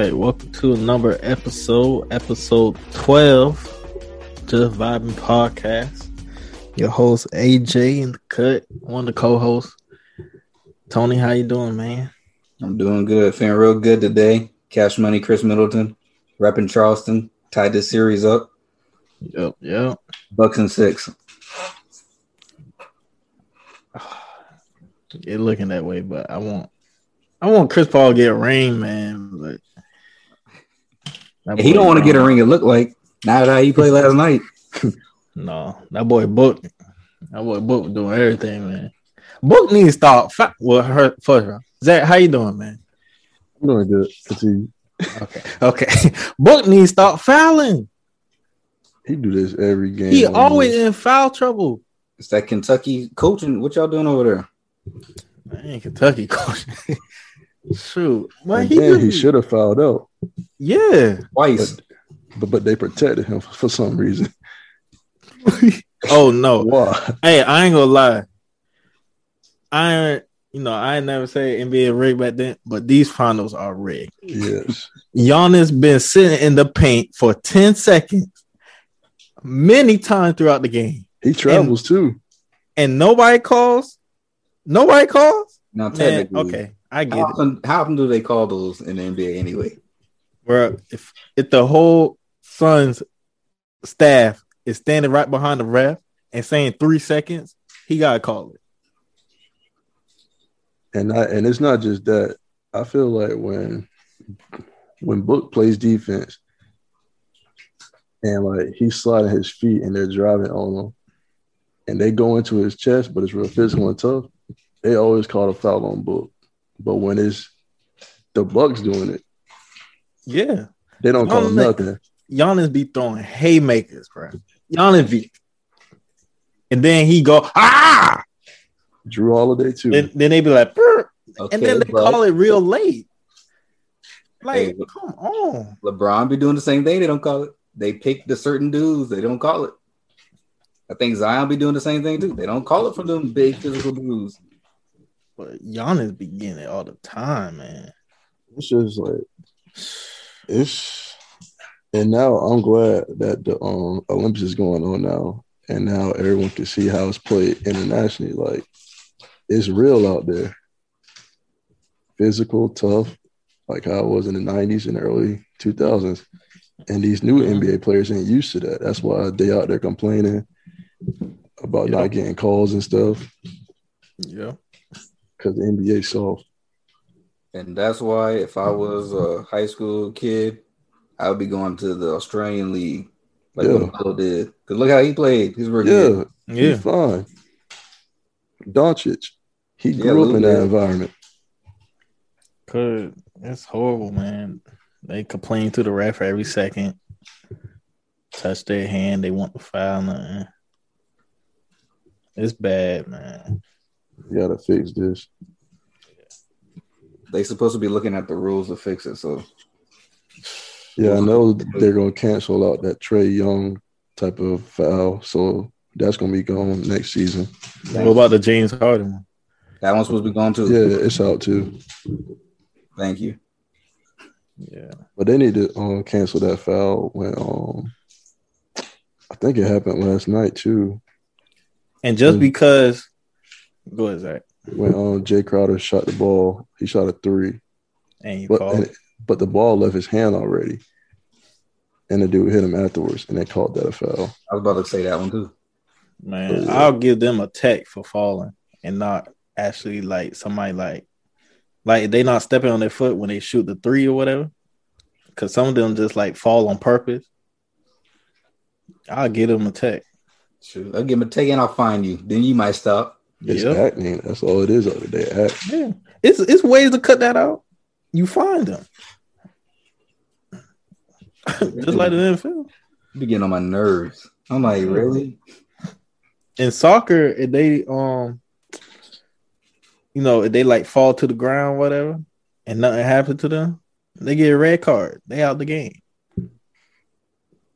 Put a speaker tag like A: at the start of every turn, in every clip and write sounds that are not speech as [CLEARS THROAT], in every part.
A: to another episode, episode 12, Just Vibing Podcast. Your host, AJ in the cut, one of the co-hosts. Tony, how you doing, man?
B: I'm doing good. Feeling real good today. Cash Money, Chris Middleton, repping Charleston. Tied this series up.
A: Yep, yep.
B: Bucks and six.
A: It looking that way, but I want I want Chris Paul to get a ring, man. Like, that
B: He
A: boy
B: don't want to
A: wrong.
B: get a ring. It looked like not how he played last night.
A: No, that boy Book, that boy Book was doing everything, man. Book needs to start. Fi- well, her first round. Zach, how you doing, man?
C: I'm doing good. Continue.
A: Okay, okay. [LAUGHS] Book needs to start fouling.
C: He do this every game.
A: He always in foul trouble.
B: It's that Kentucky coaching. What y'all doing over there?
A: Man, Kentucky coach. [LAUGHS] Shoot,
C: But
A: man, he,
C: he
A: really-
C: should have fouled out,
A: Yeah.
B: Twice.
C: but but they protected him for some reason.
A: oh no.
C: Why?
A: Hey, I ain't gonna lie. I ain't, you know I ain't never say NBA rigged back then, but these finals are rigged.
C: Yes.
A: Giannis been sitting in the paint for 10 seconds many times throughout the game.
C: He travels too.
A: And nobody calls. Nobody calls.
B: Now,
A: Man,
B: technically,
A: okay. I get
B: How
A: it.
B: often, how often do they call those in the NBA anyway?
A: Bro, if if the whole Suns staff is standing right behind the ref and saying three seconds, he gotta call it.
C: And I and it's not just that. I feel like when when Book plays defense and like he's sliding his feet and they're driving on him and they go into his chest, but it's real physical and tough, they always call a foul on Book. But when it's the Bucks doing it,
A: Yeah.
C: they don't call
A: Oh, man.
C: nothing.
A: Giannis be throwing haymakers, bro. Giannis be and then he go, ah,
C: Drew Holiday too.
A: then, then they be like, "Brr."
B: Hmm. Okay,
A: and then they
B: but
A: call it real late. Like,
B: Hey, but-
A: come on.
B: LeBron be doing the same thing. They don't call it. They pick the certain dudes. They don't call it. I think Zion be doing the same thing too. They don't call it for them big physical dudes.
A: But Giannis be getting it all the time, man.
C: it's just like it's and now I'm glad that the um Olympics is going on now and now everyone can see how it's played internationally. Like it's real out there. Physical, tough, like how it was in the nineties and early two thousands. And these new
A: Mhm.
C: NBA players ain't used to that. That's why they out there complaining about
A: Yeah.
C: not getting calls and stuff.
A: Yeah.
C: Cause the NBA soft.
B: And that's why if I was a high school kid, I would be going to the Australian League. Like
C: Yeah.
B: what Melo did. Because look how he played. He's rookie. year.
C: Yeah. Yeah.
A: Yeah.
C: He's fine. Doncic, he
B: Yeah,
C: grew up in
B: Luka.
C: that environment.
A: Cause it's horrible, man. They complain to the ref every second. Touch their hand, they want the foul, nothing. It's bad, man.
C: You gotta fix this.
B: They supposed to be looking at the rules to fix it. So
C: Yeah, I know they're gonna cancel out that Trey Young type of foul, so that's gonna be gone next season.
A: What about the James Harden one?
B: that one's supposed to be going too.
C: Yeah, it's out too,
B: Thank you.
A: Yeah.
C: but they need to um, cancel that foul when um, I think it happened last night too
A: And just
C: Mm.
A: because go ahead, Zach.
C: when um, Jay Crowder shot the ball. He shot a three,
A: And you
C: but
A: call
C: and- but the ball left his hand already, and the dude hit him afterwards, and they called that a foul.
B: I was about to say that one too.
A: Man, I'll give them a tech for falling and not actually like somebody like like they not stepping on their foot when they shoot the three or whatever. Cause some of them just like fall on purpose. I'll give them a tech.
B: Shoot. I'll give him a take and I'll find you. Then you might stop.
C: It's
A: Yep.
C: acting. That's all it is. Out there. They act.
A: Yeah. It's it's ways to cut that out. You find them. [LAUGHS] just like the NFL.
B: You be getting on my nerves. I'm like, really?
A: In soccer, if they um you know, if they like fall to the ground, whatever, and nothing happened to them, they get a red card. They out the game.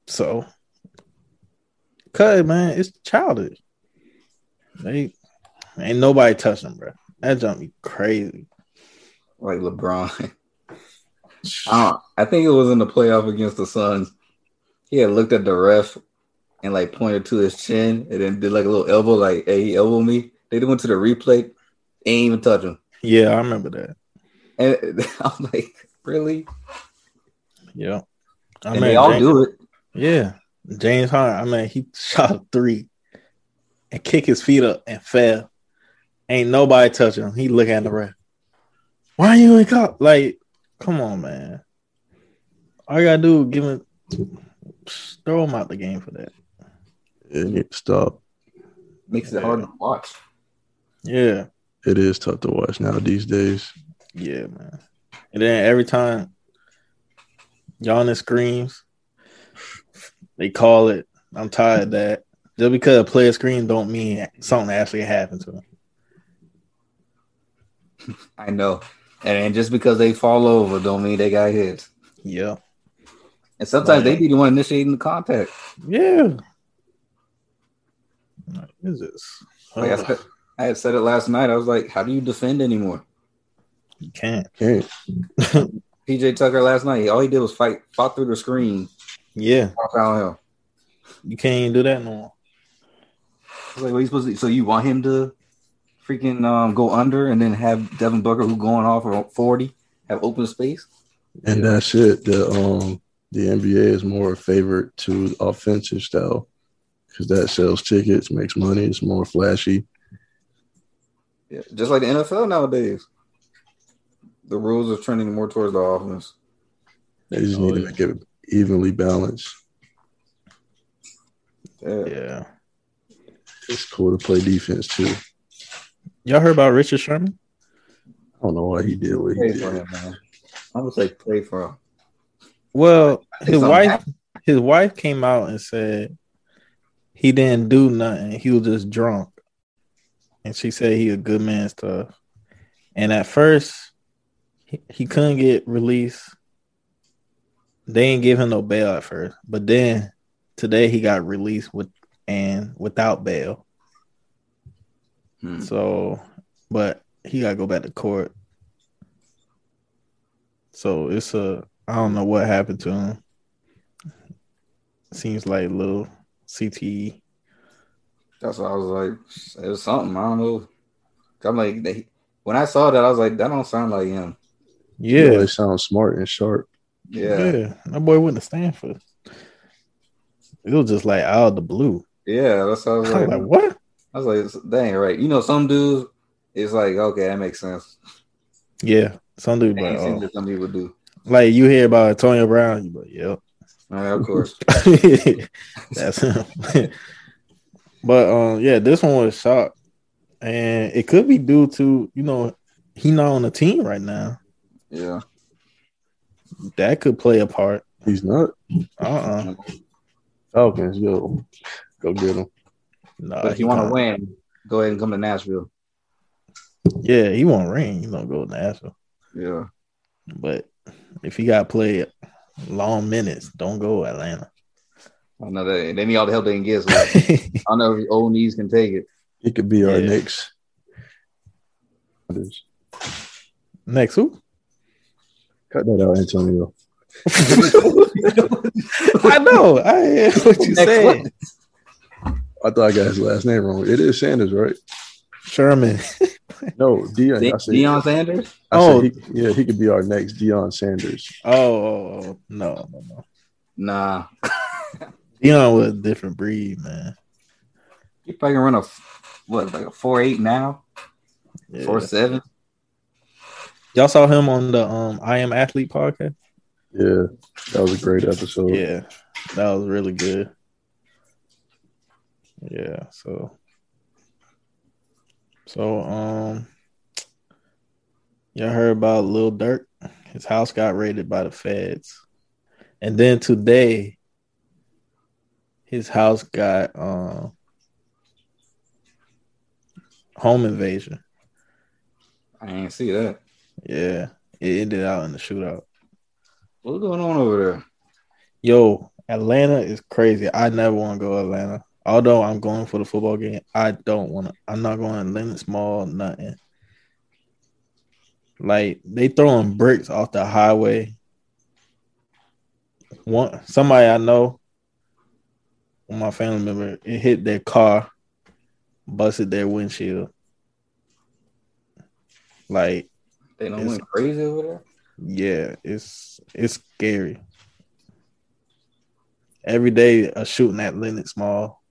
A: So, cuz man, it's childish. They ain't nobody touching, bro. That jump me crazy.
B: Like LeBron. [LAUGHS] I, don't- I think it was in the playoff against the Suns. He had looked at the ref and like pointed to his chin and then did like a little elbow, like, hey, he elbowed me. They went to the replay, ain't even touch him.
A: Yeah, I remember that.
B: And [LAUGHS] I'm like, really?
A: Yeah. I
B: and they all
A: James-
B: do it.
A: Yeah. James Harden, I mean, he [LAUGHS] shot a three and kicked his feet up and fell. Ain't nobody touching him. He looking at the ref. Why you in cup? Like, come on, man. All you gotta do is give him throw him out the game for that.
C: It gets stopped.
B: Makes it hard to watch.
A: Yeah.
C: It is tough to watch now these days.
A: Yeah, man. And then every time Giannis screams, they call it. I'm tired of that. Just because a player screams don't mean something actually happened to him.
B: I know. And, and just because they fall over don't mean they got hit.
A: Yeah.
B: And sometimes
A: Right.
B: they be the one initiating the contact.
A: Yeah. What is this?
B: Like I,
A: Oh,
B: said, I had said it last night. I was like, how do you defend anymore?
A: you can't.
C: Can't.
B: PJ Tucker last night, all he did was fight, fought through the screen,
A: Yeah.
B: foul, foul him.
A: You can't even do that no more.
B: I was like, what are you supposed to? So you want him to freaking um, go under and then have Devin Booker who going off for forty have open space?
C: And that's it. The um the NBA is more favored to offensive style because that sells tickets, makes money, it's more flashy.
B: Yeah, just like the NFL nowadays. The rules are trending more towards the offense.
C: They just need to make it evenly balanced.
B: Yeah.
A: Yeah.
C: It's cool to play defense too. I
A: Y'all heard about Richard Sherman?
C: don't know why he did what he
B: Pray for
C: did.
B: him, man. I would say pray for him.
A: Well,
B: think
A: his
B: something
A: wife his wife came out and said he didn't do nothing. He was just drunk. And she said he a good man and stuff. And at first he, he couldn't get released. They didn't give him no bail at first. But then today he got released with and without bail.
B: Hmm.
A: So but he gotta go back to court. So it's a I don't know what happened to him. Seems like a little E. CTE.
B: That's what I was like. It was something. I don't know. I'm like, they, when I saw that, I was like, that don't sound like him.
C: Yeah,
A: Yeah.
C: they sound smart and sharp.
B: Yeah.
A: Yeah.
B: Yeah.
A: That boy went to Stanford. It was just like out of the blue.
B: that's what I
A: I
B: was
A: was
B: like.
A: like, what?
B: I was like, that ain't right. You know, some dudes, it's like, okay, that makes sense.
A: Yeah. Some dude
B: They
A: like,
B: ain't seen
A: oh.
B: that some people do.
A: like you hear about Antonio Brown, you like, yep.
B: All right, of course.
A: [LAUGHS] That's [LAUGHS] him. but um, yeah, this one was shocked, and it could be due to you know he not on the team right now.
B: Yeah.
A: That could play a part.
C: He's not.
A: Uh uh
C: Falcons, yo, go get him.
A: Nah,
B: But if
A: he
B: you want to
A: can't.
B: win, go ahead and come to Nashville.
A: yeah, he won't ring. He don't go to Nashville.
B: Yeah.
A: But if he got to play long minutes, don't go Atlanta. [LAUGHS]
B: I know that. And they need all the help they can get. So I don't know if old knees can take it.
C: He could be our
A: Yeah.
C: next. What is-
A: Next who?
B: [LAUGHS]
C: Cut that out, Antonio.
A: I know. I hear what you
B: Next
A: said.
B: one.
C: I thought I got his last name wrong. It is Sanders, right?
A: Sherman.
C: No, Dion. I said,
B: Deion Sanders?
C: I
A: Oh.
C: said he, yeah, he could be our next Dion Sanders.
A: Oh, oh, oh, no, no, no.
B: Nah.
A: Deion was a different breed, man.
B: He probably can run a, what, like a 4 8 now?
A: Yeah.
B: 4 7?
A: Y'all saw him on the um I Am Athlete podcast?
C: Yeah, that was a great episode.
A: Yeah. That was really good. Yeah, so so um y'all heard about Lil Durk. His house got raided by the feds. And then today his house got um home invasion.
B: I ain't see that.
A: Yeah. It ended out in the shootout.
B: What's going on over there?
A: Yo, Atlanta is crazy. I never want to go to Atlanta. Although I'm going for the football game, I don't want to. I'm not going to Lennox Mall, nothing. Like they throwing bricks off the highway one somebody I know, my family member, it hit their car, busted their windshield. Like
B: They don't
A: It's-
B: went crazy over there.
A: yeah, it's it's scary. Every day a shooting at Lennox Mall.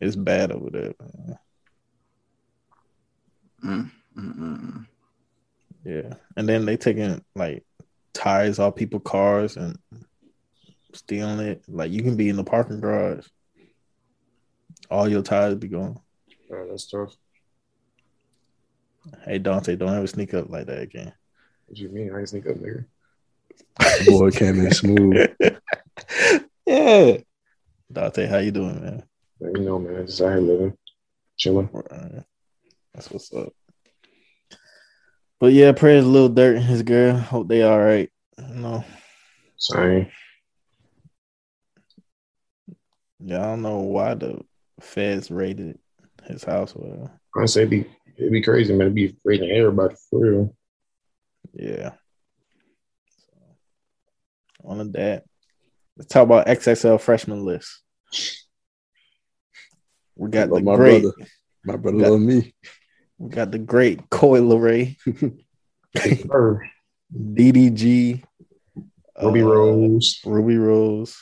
A: It's bad over there. man.
B: Mm, mm, mm,
A: Yeah, and then they taking like tires off people' cars and stealing it. Like you can be in the parking garage, all your tires be gone.
D: Yeah, that's tough.
A: Hey Dante, don't ever sneak up like that again.
D: What you mean? I ain't sneak up, nigga.
C: The boy came in smooth.
A: yeah, Dante, how you doing, man?
D: Like, you know, man, just out here living, chilling.
A: Right. That's what's up. But yeah, prayers little dirt and his girl. Hope they all right. No,
D: Same.
A: yeah, I don't know why the feds raided his house. Well,
D: I say it'd be it'd be crazy, man. It'd be raiding everybody for real.
A: yeah. So, on to that, let's talk about XXL freshman list. We [LAUGHS] got the
C: Love my
A: great,
C: brother. My brother
A: Yeah.
C: love me.
A: we got the great Coy Ray,
D: Or
A: DDG,
D: Ruby
A: uh,
D: Rose,
A: Ruby Rose.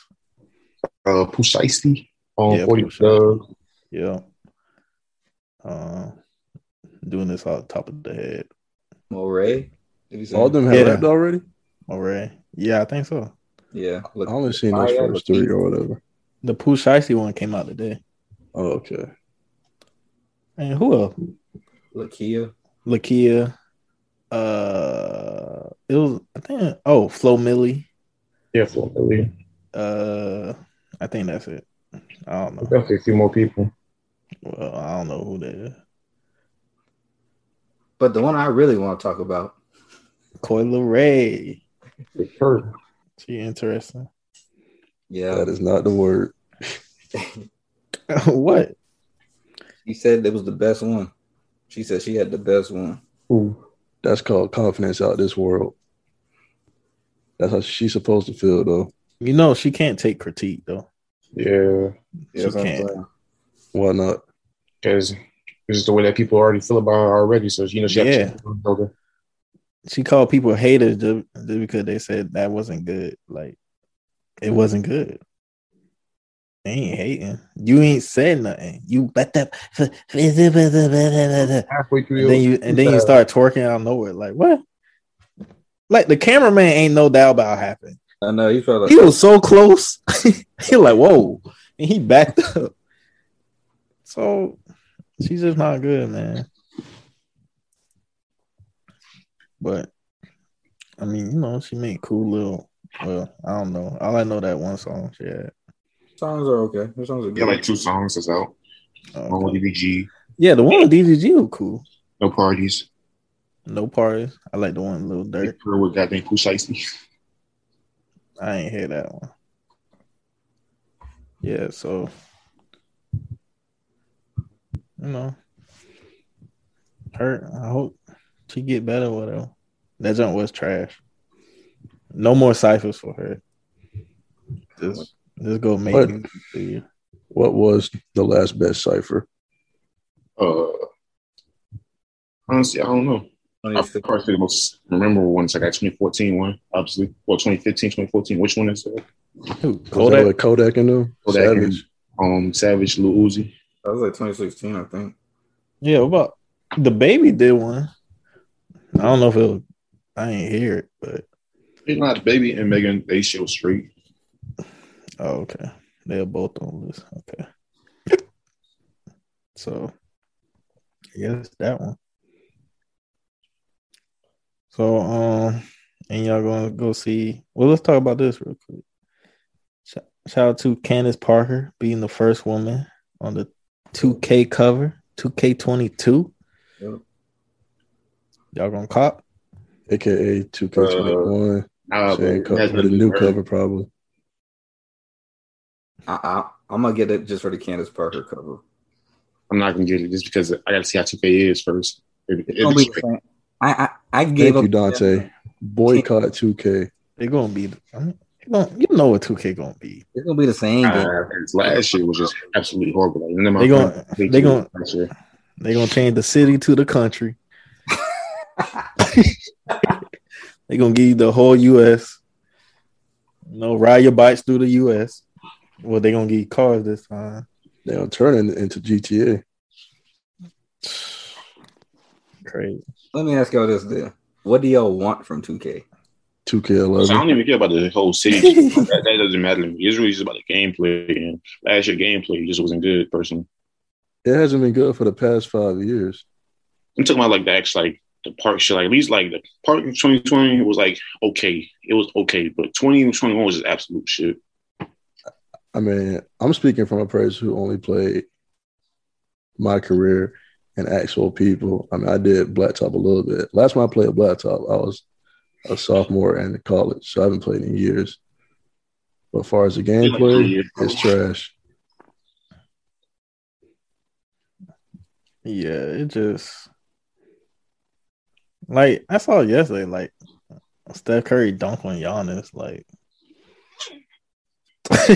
D: uh, Pusheisty on
A: Yeah,
D: forty.
A: Pusheisty. Yeah. Uh, doing this off the top of the head.
B: Moray. If you say-
C: All them have
A: Yeah.
C: rapped already?
A: All right. Yeah, I think so.
B: Yeah.
C: I
B: Look,
C: only seen those
B: Fire,
C: first three or whatever.
A: The Pooh Shicey one came out today.
C: Oh, okay.
A: And who else?
B: look here.
A: Lakia. Uh, it was I think oh Flo Millie.
D: Yeah, for Millie.
A: Uh, I think that's it. I don't know.
D: Definitely a few more people.
A: Well, I don't know who that is.
B: But the one I really want to talk about,
A: Coil Ray.
D: For sure.
A: She interesting. [LAUGHS]
B: yeah,
C: That is not the word.
A: what?
B: she said it was the best one. She said she had the best one.
D: Ooh.
C: That's called confidence out this world. That's how she's supposed to feel though.
A: You know she can't take critique though.
D: Yeah,
A: She
B: That's what I'm
A: can't.
B: saying.
C: Why not?
D: because it's just the way that people already feel about her already. So you know, she
A: Yeah.
D: actually okay.
A: she called people haters ju- just because they said that wasn't good. Like it wasn't good. They ain't hating. You ain't said nothing. You bet that and
D: halfway through.
A: then you and then you start twerking out of nowhere. Like what? Like the cameraman ain't no doubt about happened.
B: I know you felt
A: He
B: like
A: was so close. [LAUGHS] he like whoa, and he backed up. So she's just not good, man. But I mean, you know, she made cool little. Well, I don't know. All I know that one song she had.
B: songs are okay. Her songs are good.
D: Yeah, like two songs is out.
A: Uh,
D: One with DBG,
A: yeah, the one with DGG was cool.
D: no parties.
A: No parties. I like the one Little Dirt.
D: Her with goddamn Pusheisty.
A: I ain't hear that one. Yeah, so you know, her. I hope she get better. Whatever. That jump was trash. No more ciphers for her. Just, just go make
C: What?
A: music, dude.
C: What was the last best cipher?
D: Uh, honestly, I don't know. I probably the most memorable one is like that 2014 one, obviously. Well, 2015, 2014. Which one is it?
A: Who,
C: Was that
A: Kodak?
C: with Kodak and them?
D: Kodak and-
C: Savage.
D: Um, Savage, Lil Uzi.
B: That was like 2016, I think.
A: Yeah. What about the baby? Did one? I don't know if it. Was, I ain't hear it, but
D: It's not Baby and Megan. They show straight.
A: Oh, okay. They're both on this. Okay. [LAUGHS] So, yes, that one. So, um, and y'all gonna go see? Well, let's talk about this real quick. Sh- Shout out to Candace Parker being the first woman on the 2K cover, 2K22.
B: Yep.
A: Y'all gonna cop?
C: AKA 2K21.
D: Nah, but
C: Same
D: it has
C: cover,
D: nothing
C: the
D: to
C: new
D: do with her.
C: cover probably.
B: I, I, I'm gonna get it just for the Candace Parker cover.
D: I'm not gonna get it just because I gotta see how 2K is first. If- if
B: It's gonna be
D: it's
B: the same. I, I, I gave
C: Thank you,
B: up.
C: Dante. Boycott 2K.
A: They're gonna be. I mean, they gonna- you know what 2K gonna be.
B: It's gonna be the same game.
D: Uh, last year was just absolutely horrible. Like, none of my
A: They gonna-
D: friends played
A: they gonna-
D: last year.
A: They're gonna change the city to the country. They're gonna give you the whole US. You know, ride your bikes through the US. Well, they're gonna give you cars this time.
C: They don't turn it into GTA.
A: Crazy.
B: Let me ask y'all this then. What do y'all want from 2K?
C: 2K11.
D: So I don't even care about the
A: [LAUGHS]
D: whole city. that, that doesn't matter to me. It's really just about the gameplay. And last year gameplay just wasn't good personally.
C: It hasn't been good for the past five years.
D: I'm talking about like the actual like the park shit. Like at least like the park in 2020 was like okay, it was okay, but 2021 was just absolute shit.
C: I mean, I'm speaking from a person who only played my career and actual people. I mean, I did Blacktop a little bit. Last time I played Blacktop, I was a sophomore in college, so I haven't played in years. But as far as the
D: Like, three
C: gameplay,
D: years.
C: it's trash.
A: Yeah, it just like I saw yesterday, like Steph Curry dunk on Giannis, like [LAUGHS]
D: That's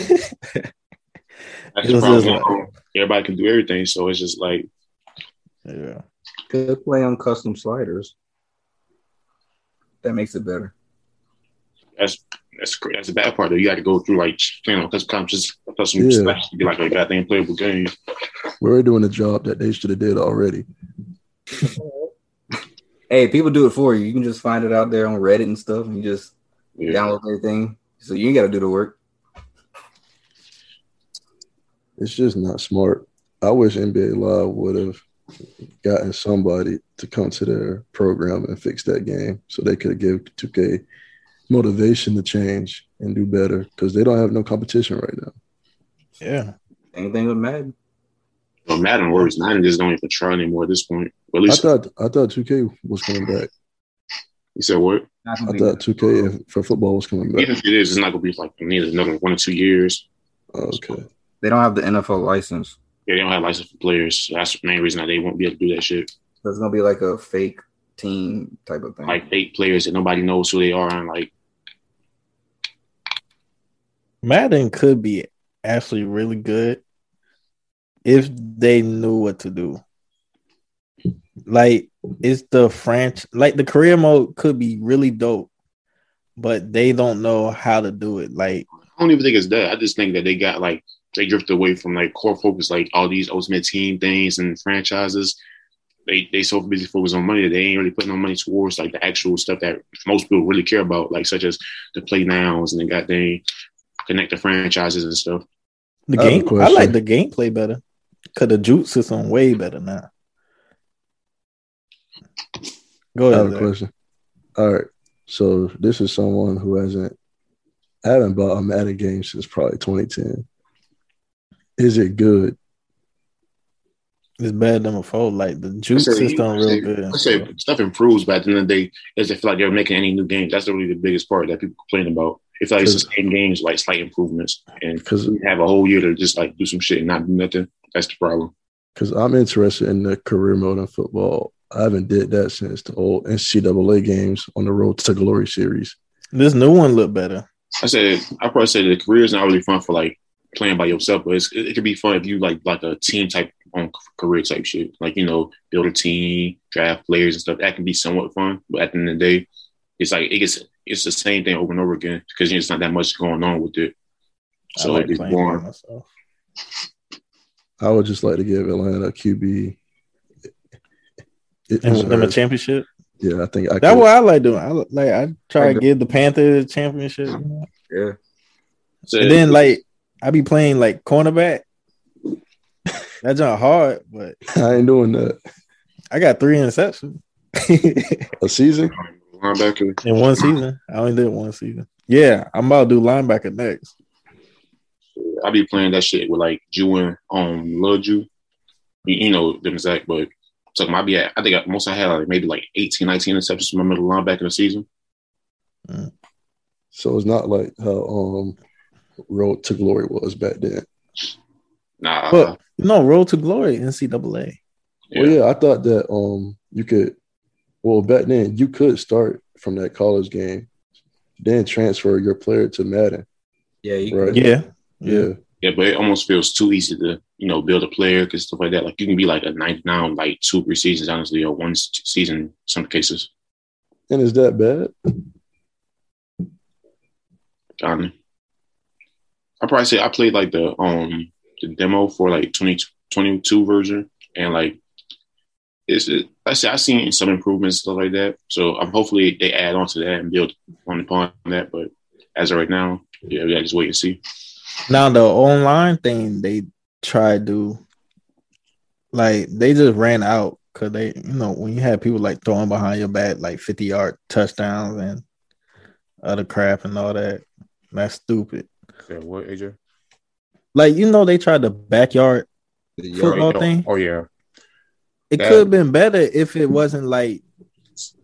A: It
D: the
A: was
D: problem.
A: just
D: Everybody can do everything, so it's just like
A: yeah.
B: Could play on custom sliders. That makes it better.
D: that's that's cra- that's the bad part. That you got to go through like you know because just custom
C: Yeah.
D: slash to be like a goddamn playable game.
C: We were doing a job that they should have did already.
B: Hey, people do it for you. You can just find it out there on Reddit and stuff, and you just
D: Yeah.
B: download everything. So you ain't got to do the work.
C: It's just not smart. I wish NBA Live would have gotten somebody to come to their program and fix that game so they could give 2K motivation to change and do better because they don't have no competition right now.
A: Yeah.
B: Anything with Madden.
D: But Madden worries. Madden just don't even try anymore at this point. Or at
C: I
D: least
C: thought I thought 2K was coming back.
D: he said what?
B: Not
C: I
B: gonna be
C: thought 2K if- for football was coming back.
D: Even if it is, it's not gonna be like neither another one or two years.
C: Oh, okay,
B: They don't have the NFL license.
D: Yeah, they don't have license for players. So that's the main reason that they won't be able to do that shit.
B: So it's gonna be like a fake team type of thing.
D: Like eight players that nobody knows who they are, and like
A: Madden could be actually really good if they knew what to do. Like it's the French like the career mode could be really dope, but they don't know how to do it. Like
D: I don't even think it's that. I just think that they got like they drifted away from like core focus, like all these ultimate team things and franchises. They they so busy focused on money that they ain't really putting no money towards like the actual stuff that most people really care about, like such as the play downs and the goddamn connect the franchises and stuff.
A: the
C: I have a
A: game I
C: question.
A: like the gameplay better. Cause the juke system way better now. Go
C: I have
A: ahead.
C: a
A: Zach.
C: question. All right, so this is someone who hasn't haven't bought a Madden game since probably 2010. Is it good?
A: It's better than before. Like the juke
D: say-
A: system
D: I
A: real
D: say-
A: good.
D: I say stuff improves, but at the end of the day, is they feel like they're making any new games. That's really the biggest part that people complain about. It's like it's the same games, like slight improvements, and
C: Because
D: you have a whole year to just like do some shit and not do nothing. That's the problem.
C: because I'm interested in the career mode in football. I haven't did that since the old NCAA games on the Road to Glory series.
A: This new one look better.
D: I said I probably said the career is not really fun for like playing by yourself, but it's, it, it could be fun if you like like a team type on career type shit. Like you know, build a team, draft players and stuff. That can be somewhat fun, but at the end of the day, it's like it gets it's the same thing over and over again because there's not that much going on with it. So
A: I
D: it
A: like
D: gets
A: playing by
D: boring.
A: myself.
C: I would just like to give Atlanta a QB. It
A: and win them a
C: deserves-
A: championship.
C: yeah, I think I
A: That's
C: could.
A: what I like doing. I li- like I try to
B: I do.
A: give the Panthers a championship, you know?
B: yeah.
D: So
A: and then like I be playing like cornerback. [LAUGHS] That's not hard, but
C: [LAUGHS] I ain't doing that
A: I got three interceptions [LAUGHS] in
C: a season.
D: linebacker,
A: one season. I only did one season. Yeah, I'm about to do linebacker next.
D: I be playing that shit with like Jew and um Lil Jew. You, you know them exact, but so I be at, I think I, most I had like maybe like 18, 19 interceptions from my middle linebacker in the season.
C: So it's not like how um Road to Glory was back then.
D: Nah,
A: But no, road to glory, NCAA.
D: yeah.
C: Well, yeah, I thought that um you could well back then you could start from that college game then transfer your player to Madden.
B: Yeah, you
C: Right.
A: Yeah.
C: Yeah.
E: Yeah, but it almost feels too easy to, you know, build a player because stuff like that. Like you can be like a ninth down, like two, three seasons, honestly, or one s- season, in some cases.
C: And is that bad?
E: Um, I probably say I played like the um the demo for like 20, 22 version, and like it's it, I say I seen some improvements stuff like that. So I'm hopefully they add on to that and build on upon that. But as of right now, yeah, we gotta just wait and see.
A: Now the online thing they try to do, like they just ran out because they, you know, when you have people like throwing behind your back like fifty yard touchdowns and other crap and all that, that's stupid.
D: Yeah, what AJ?
A: Like you know, they tried the backyard. Football
D: oh,
A: thing?
D: Oh yeah,
A: It
D: That-
A: could have been better if it wasn't like,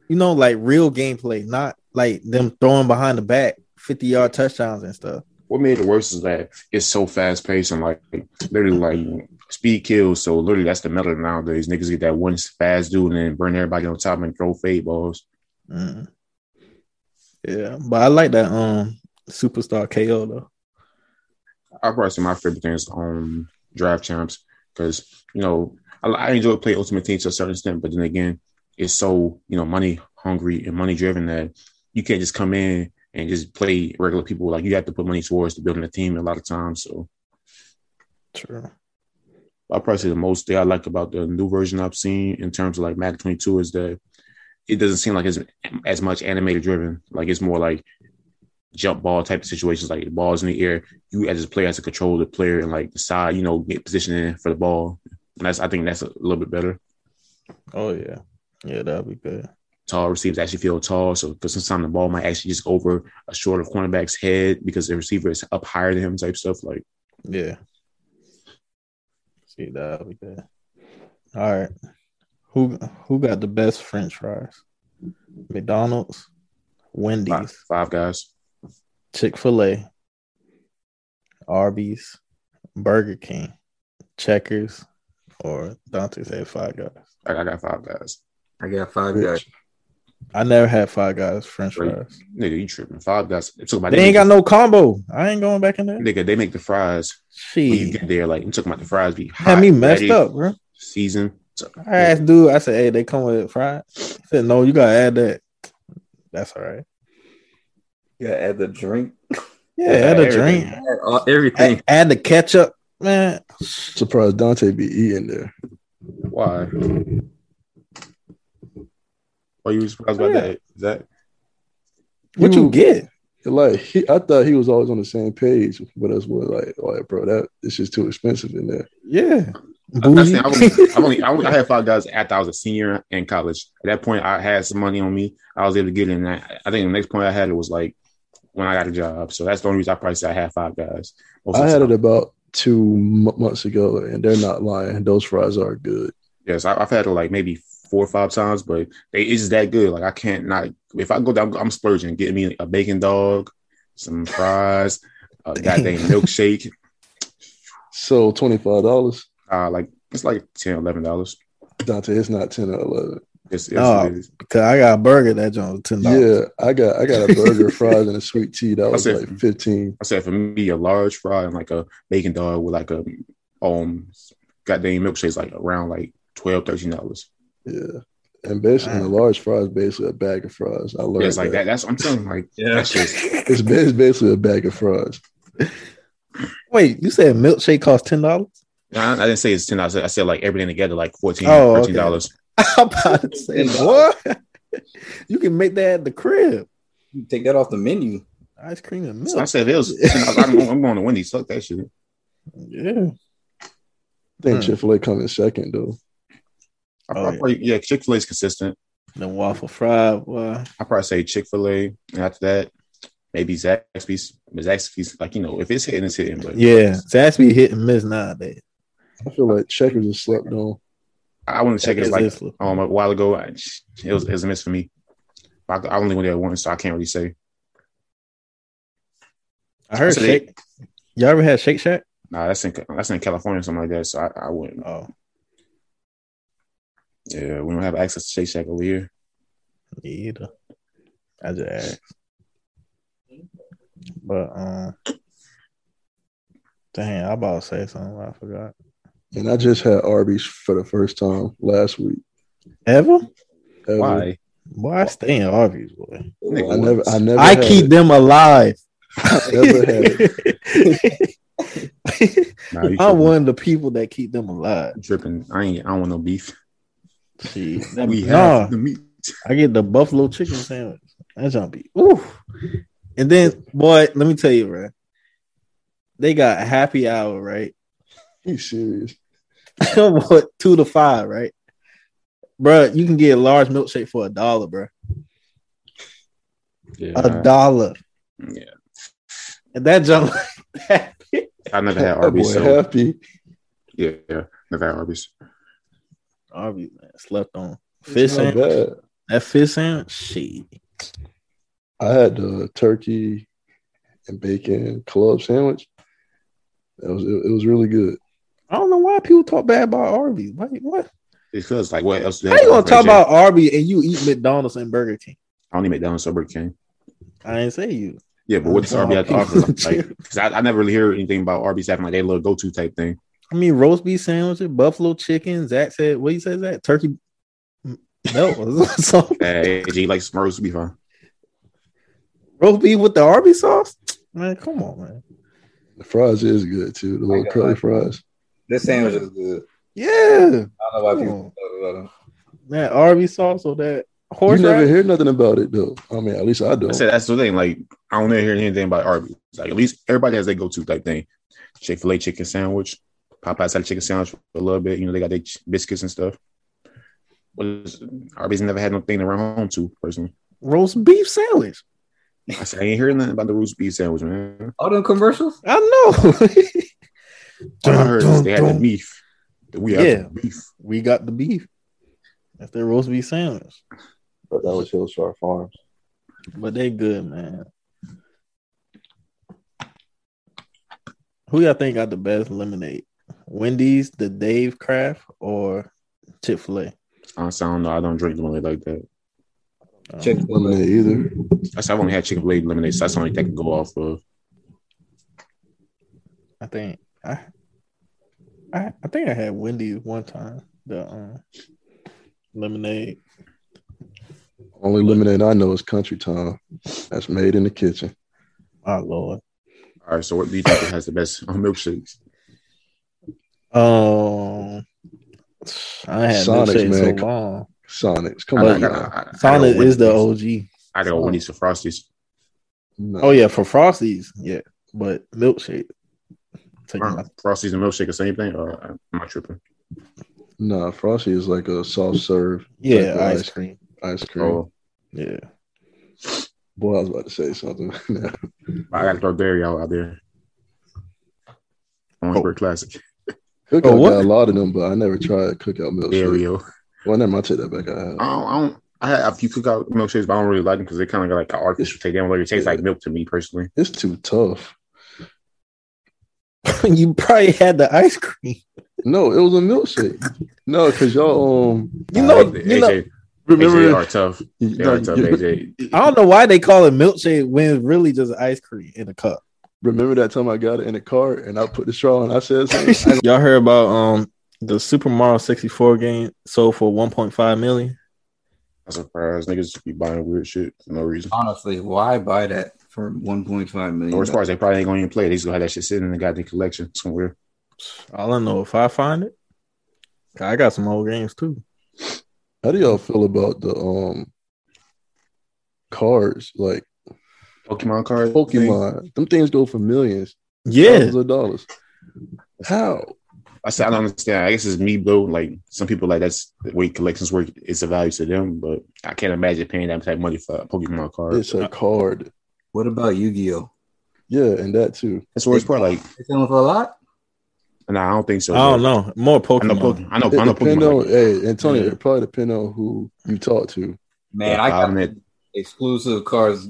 A: you know, like real gameplay, not like them throwing behind the back fifty yard touchdowns and stuff.
D: what made it worse is that it's so fast paced and like literally like speed kills. So literally that's the method nowadays. Niggas get that one fast dude and then burn everybody on top and throw fade balls.
A: Mm. Yeah, but I like that um superstar KO though.
D: I probably say my favorite thing is um draft champs because you know I, I enjoy playing ultimate team to a certain extent, but then again, it's so you know money hungry and money driven that you can't just come in and just play regular people. Like you have to put money towards to building a team a lot of times. So
A: True.
D: I probably say the most thing I like about the new version I've seen in terms of like Mac 22 is that it doesn't seem like it's as much animated driven. Like it's more like jump ball type of situations, like the ball's in the air. You as a player has to control the player and like decide, you know, get positioning for the ball. And that's I think that's a little bit better.
A: Oh yeah, yeah, that'd be good.
D: Tall receivers actually feel tall, so because sometimes the ball might actually just go over a shorter cornerback's head because the receiver is up higher than him, type stuff. Like
A: Yeah. See, that'd be good. All right, who who got the best French fries? McDonald's,
D: five,
A: Wendy's,
D: five guys.
A: Chick Fil A, Arby's, Burger King, Checkers, or Dante said Five Guys.
D: I, I got five guys.
B: I got five guys.
C: Bitch.
A: I never had Five Guys French
D: Right.
A: fries.
D: Nigga, you tripping. Five guys. It took about
A: They ain't got no combo. I ain't going back in there.
D: Nigga, they make the fries when you
A: She
D: get there. Like I'm talking about the fries be hot,
A: had me messed
D: ready,
A: up, bro.
D: Season. So,
A: I asked dude, I said, hey, they come with fried. He said, no, you gotta add that. That's all right.
B: You gotta add the drink.
A: Yeah,
D: Yeah,
A: add a
D: everything.
A: drink.
B: Add all, everything.
A: Add, add the ketchup, man.
C: Surprised Dante be eating there.
D: why? Why you surprised by
A: Yeah.
D: that? That
A: What you,
C: You-
A: get?
C: Like he, I thought he was always on the same page with us. With like, like, bro, that it's just too expensive in there.
A: Yeah.
D: I, I,
A: Bougie.
D: I, only, I, only, I only I had five guys after I was a senior in college. At that point, I had some money on me. I was able to get in. I, I think the next point I had it was like when I got a job. So that's the only reason I probably said I had five guys. Most of
C: I
D: the
C: had
D: time.
C: it about two m- months ago, and they're not lying. Those fries are good.
D: Yes, I, I've had it like maybe four or five times, but they, it's just that good. Like I can't not. If I go down, I'm splurging. Get me a bacon dog, some fries,
A: [LAUGHS]
D: a goddamn milkshake.
C: So twenty five dollars,
D: Uh, like it's like 10 dollars.
C: Dante. It's not ten or eleven.
D: It's, it's,
A: No.
D: it is.
A: [LAUGHS] Cause I got a burger that joint was ten dollars.
C: Yeah, I got I got a [LAUGHS] burger, fries, and a sweet tea. That was
D: That's
C: like
D: it.
C: fifteen.
D: I said for me a large fry and like a bacon dog with like a um goddamn milkshake's like around like 12 dollars.
C: Yeah, and basically, a large fry is basically a bag of fries. I learned
D: Yeah, it's like that.
C: that.
D: That's what I'm telling.
A: [LAUGHS]
D: you, Like
B: Yeah.
D: that's just
C: [LAUGHS] It's, ba- it's basically a bag of fries.
A: Wait, you said milkshake cost ten dollars? [LAUGHS]
D: No, I, I didn't say it's ten dollars. I said like everything together like 14
A: Oh, okay.
D: dollars.
A: I'm about
D: [LAUGHS]
A: to say what? [LAUGHS] you can make that at the crib.
B: You take that off the menu.
A: Ice cream and
D: So I
A: milk.
D: said if
A: [LAUGHS]
D: it was $10, I'm, going- I'm going to Wendy's. Fuck that shit.
A: Yeah.
C: I think
A: Hmm.
C: Chick Fil A coming second though.
D: I
A: Oh,
D: probably, yeah, Chick Fil A is consistent.
A: The waffle fry, boy.
D: I probably say Chick Fil A, and after that, maybe Zaxby's. But Zaxby's, like you know, if it's hitting, it's hitting. But
A: Yeah. Zaxby hit and miss nowadays.
C: I feel like Checkers is slept on.
D: I want to check it
A: Checkers
D: like
A: is slow.
D: um a while ago. I, it was it was a miss for me. I, I only went there once, so I can't really say.
A: I heard
D: So they-
A: Shake. Y'all ever had Shake Shack?
D: Nah, that's in that's in California or something like that. So I, I wouldn't.
A: Oh,
D: Yeah, we don't have access to Shake Shack over here.
A: me either. I just asked. But um, dang, I about to say something. I forgot.
C: And I just had Arby's for the first time last week.
A: Ever?
C: ever.
D: Why?
A: Boy, I stay in Arby's, boy.
D: Nigga,
C: Uh, I never, I never.
A: I
C: had
A: keep
C: [LAUGHS] it.
A: them alive.
C: Never
A: [LAUGHS]
D: Nah, you
A: I'm
D: tripping.
A: one of the people that keep them alive.
D: You tripping. I ain't. I don't want no beef.
A: Shit.
D: We have
A: Nah,
D: the meat.
A: I get the buffalo chicken sandwich. That jump be ooh. And then, boy, let me tell you, bro. They got happy hour, right?
C: You serious?
A: [LAUGHS] what two to five, right? Bruh, you can get a large milkshake for a dollar, bruh.
D: Yeah,
A: A dollar.
D: yeah.
A: And that jump [LAUGHS] that
D: I never had
C: That
D: Arby's.
C: boy
D: So
C: happy.
D: yeah, yeah, never had Arby's.
A: Arby's man, slept on. Fish
C: It's not
A: sandwich.
C: bad.
A: That fish sandwich, shit.
C: I had the turkey and bacon club sandwich. That was it, it was really good.
A: I don't know why people talk bad about Arby's. Why- what?
D: Because like what else? do they
A: How you
D: have
A: gonna talk
D: to offer,
A: about Arby's and you eat McDonald's and Burger King?
D: Jay? I don't need McDonald's or Burger King.
A: I ain't say you.
D: Yeah, but what does
A: Oh,
D: Arby's have to
A: okay. [LAUGHS]
D: offer? Like, because I, I never really hear anything about Arby's having like their little go-to type thing.
A: I mean, roast beef sandwiches, buffalo chicken. Zach said, what you say, Zach? Turkey milk or [LAUGHS] something.
D: Hey, AG like Smurfs be fine.
A: Roast beef with the Arby's sauce? Man, come on, man.
C: The fries is good too. The little
B: got
C: curly
B: mine.
C: fries.
B: This sandwich is good.
A: Yeah.
B: I don't know why
A: Come
B: people talk about them.
A: That Arby sauce or that
C: You
A: horse
C: never
A: radish?
C: hear nothing about it though. I mean, at least I
D: I
C: don't.
D: said that's the thing. Like I don't ever hear anything about Arby's. Like at least everybody has their go-to type thing. Chick Fil A chicken sandwich, Popeyes had a chicken sandwich for a little bit. You know they got their ch- biscuits and stuff. But it's- Arby's never had nothing to run home to personally.
A: roast beef sandwich.
D: I said I ain't hearing nothing about the roast beef sandwich, man.
B: All them commercials?
A: I
D: [LAUGHS]
A: know.
D: All I heard is
A: Dun,
D: they
A: dun,
D: had the
A: dun.
D: beef. We have
A: Yeah.
D: beef.
A: We got the beef. That's their roast beef sandwich.
C: But that was Hillshire Farms.
A: But they good, man. Who y'all think got the best lemonade? Wendy's, the Dave Craft, or Chick fil A?
D: Honestly, I don't know. I don't drink lemonade like that.
A: Um,
B: Chick fil
C: Lemonade either.
D: I said I've only had chicken blade lemonade, so that's the only thing I can go off of.
A: I think I, I I think I had Wendy's one time. The um, lemonade.
C: Only lemonade I know is Country Time. That's made in the kitchen.
A: My Oh, lord.
D: All right, so what do you think has the best [LAUGHS] uh, milkshakes?
A: Um, I had
C: Sonics,
A: Sonic
C: man.
A: so long.
C: Sonics. Come
D: I,
A: But-
D: I,
C: on,
D: I,
C: y'all.
D: I, I,
A: Sonic
D: go
A: is the
D: Wendy's.
A: OG.
D: I go Wendy's or Frosties.
C: No.
A: Oh yeah, for Frosties, yeah, but milkshake. Take
D: Uh,
A: my-
D: Frosties and milkshake the same thing? Or am I tripping?
C: No, Frosty is like a soft serve
A: yeah,
C: Like
A: ice
C: ice.
A: cream.
C: ice cream.
D: Oh,
A: Yeah,
C: Boy, I was about to say something. [LAUGHS]
D: I got to throw dairy out, out there. Orangeburg Classic.
C: Cookout
A: Oh, what?
C: got a lot of them, but I never tried cookout milkshake.
D: Dario.
C: Well, never mind. I take that back. I have.
D: I don't, I don't. I had a few cookout milkshakes, but I don't really like them because they kind of got like an artificial taste. They don't really taste like milk to me personally.
C: It's too tough.
A: [LAUGHS] you probably had the ice cream.
C: No, it was a milkshake. No, because y'all um
A: You know,
D: AJ,
A: you know.
D: AJ,
C: remember
D: are tough.
C: [LAUGHS] you-
D: They are
C: no,
D: tough,
C: you-
D: AJ.
A: I don't know why they call it milkshake when it's really just ice cream in a cup.
C: remember that time I got it in the car and I put the straw and I said something?
A: [LAUGHS] Y'all heard about um the Super Mario 64 game sold for 1.5 million?
D: I'm surprised niggas be buying weird shit for no reason.
B: Honestly, why buy that for 1.5 million?
D: The worst part is they probably ain't gonna even play it. They just gonna have that shit sitting in the goddamn collection somewhere.
A: I don't know if I find it. I got some old games too.
C: How do y'all feel about the um cards like
D: Pokemon cards.
C: Pokemon? Them things go for millions,
A: Yeah,
C: thousands of dollars. How?
D: I said I don't understand. I guess it's me, bro. Like some people, like that's the way collections work. It's a value to them, but I can't imagine paying that type of money for a Pokemon card.
C: It's a card.
B: What about Yu Gi Oh?
C: Yeah, and that too.
D: That's the worst part. Like,
B: They selling for a lot?
D: nah, I don't think so.
A: I don't know. More
D: I know,
A: Pokemon.
D: Pokemon. I know,
C: It
D: I know
C: depend
D: Pokemon.
C: on
D: Like,
C: hey Antonio,
A: Yeah.
C: it probably depend on who you talk to.
B: Man,
D: Yeah,
B: I got
D: I'm at-
B: exclusive cards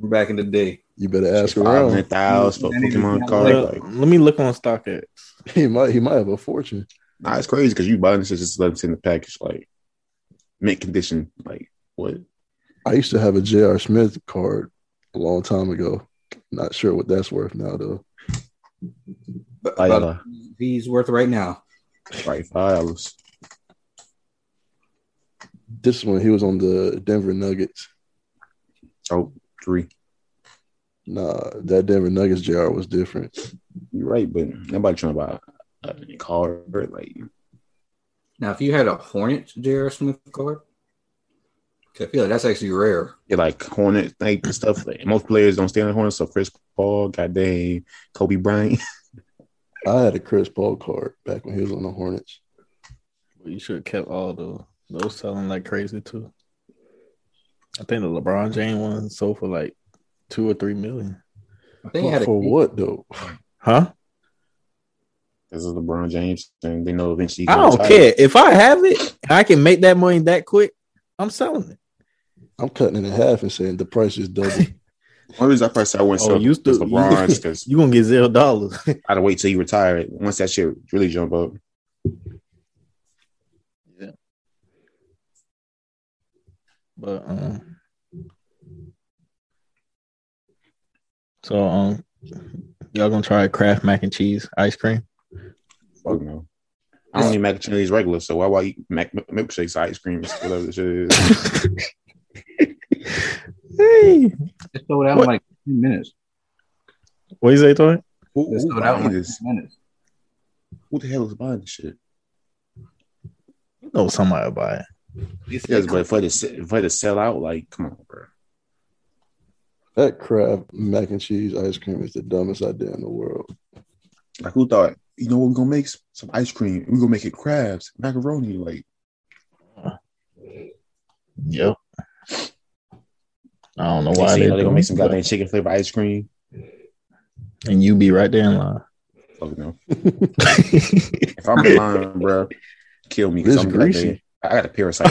B: from back in the day.
C: You better ask
D: five
C: around.
D: hundred thousand for a Pokemon card.
A: Let-
D: Like,
A: let me look on StockX.
C: [LAUGHS] He might he might have a fortune.
D: nah, it's crazy because you buying this shit just let it in the package, like mint condition. Like, what?
C: I used to have a J.R. Smith card a long time ago. Not sure what that's worth now though.
B: But,
D: Five
B: but
D: dollars.
B: he's worth right now.
D: Right, five dollars.
C: This one he was on the Denver Nuggets.
D: Oh, three.
C: Nah, that Denver Nuggets JR was different.
D: You're right, but nobody trying to buy a car. Like,
B: Now, if you had a Hornet J.R. Smith card, 'cause I feel like that's actually rare.
D: yeah, like Hornet like and stuff. Like, most players don't stay on the Hornet. So Chris Paul, goddamn, Kobe Bryant. [LAUGHS]
C: I had a Chris Paul card back when he was on the Hornets.
A: But you should have kept all the those selling like crazy too. I think the LeBron James one sold for like two or three million.
B: I think I had a
C: for what though?
A: Huh?
D: This is LeBron James, and they know eventually. he's
A: I
D: gonna
A: don't
D: retire.
A: care. If I have it, I can make that money that quick. I'm selling it.
C: I'm cutting it in half and saying the price
A: [LAUGHS]
C: is double.
D: Only reason I first I went
A: Oh,
D: so
A: you still-
D: because
A: [LAUGHS]
D: LeBron's because
A: You gonna get zero dollars. [LAUGHS]
D: I'd wait till he retired. Once that shit really jump up.
A: But um, so um, y'all gonna try Kraft mac and cheese ice cream?
D: Fuck no. I don't eat mac and cheese regular, so why would I eat mac mi- milkshakes, ice cream, whatever the shit is?
A: [LAUGHS] Hey,
B: It's sold out
A: What?
B: in like 10 minutes.
A: what you say, Tony?
D: Who,
B: It's
D: who
B: sold out
D: buying
B: in like
D: this?
B: 10 minutes.
D: Who the hell is buying this shit?
A: You know somebody will buy it.
D: Yes, but for the se- for the sell out, like, come on, bro.
C: that crab mac and cheese ice cream is the dumbest idea in the world.
D: Like, who thought you know what we're gonna make some ice cream? We're gonna make it crabs, macaroni, like
A: Yep. Oh, I don't know
D: they
A: why
D: say,
A: they
D: you know, they're gonna make some
A: doing it,
D: goddamn chicken flavored ice cream.
A: but- and you be right there in line. [LAUGHS]
D: Fuck no. if I'm in line, bro, kill me. 'cause
C: This
D: I'm
C: greasy.
D: goddamn- I got
A: [LAUGHS]
D: a parasite.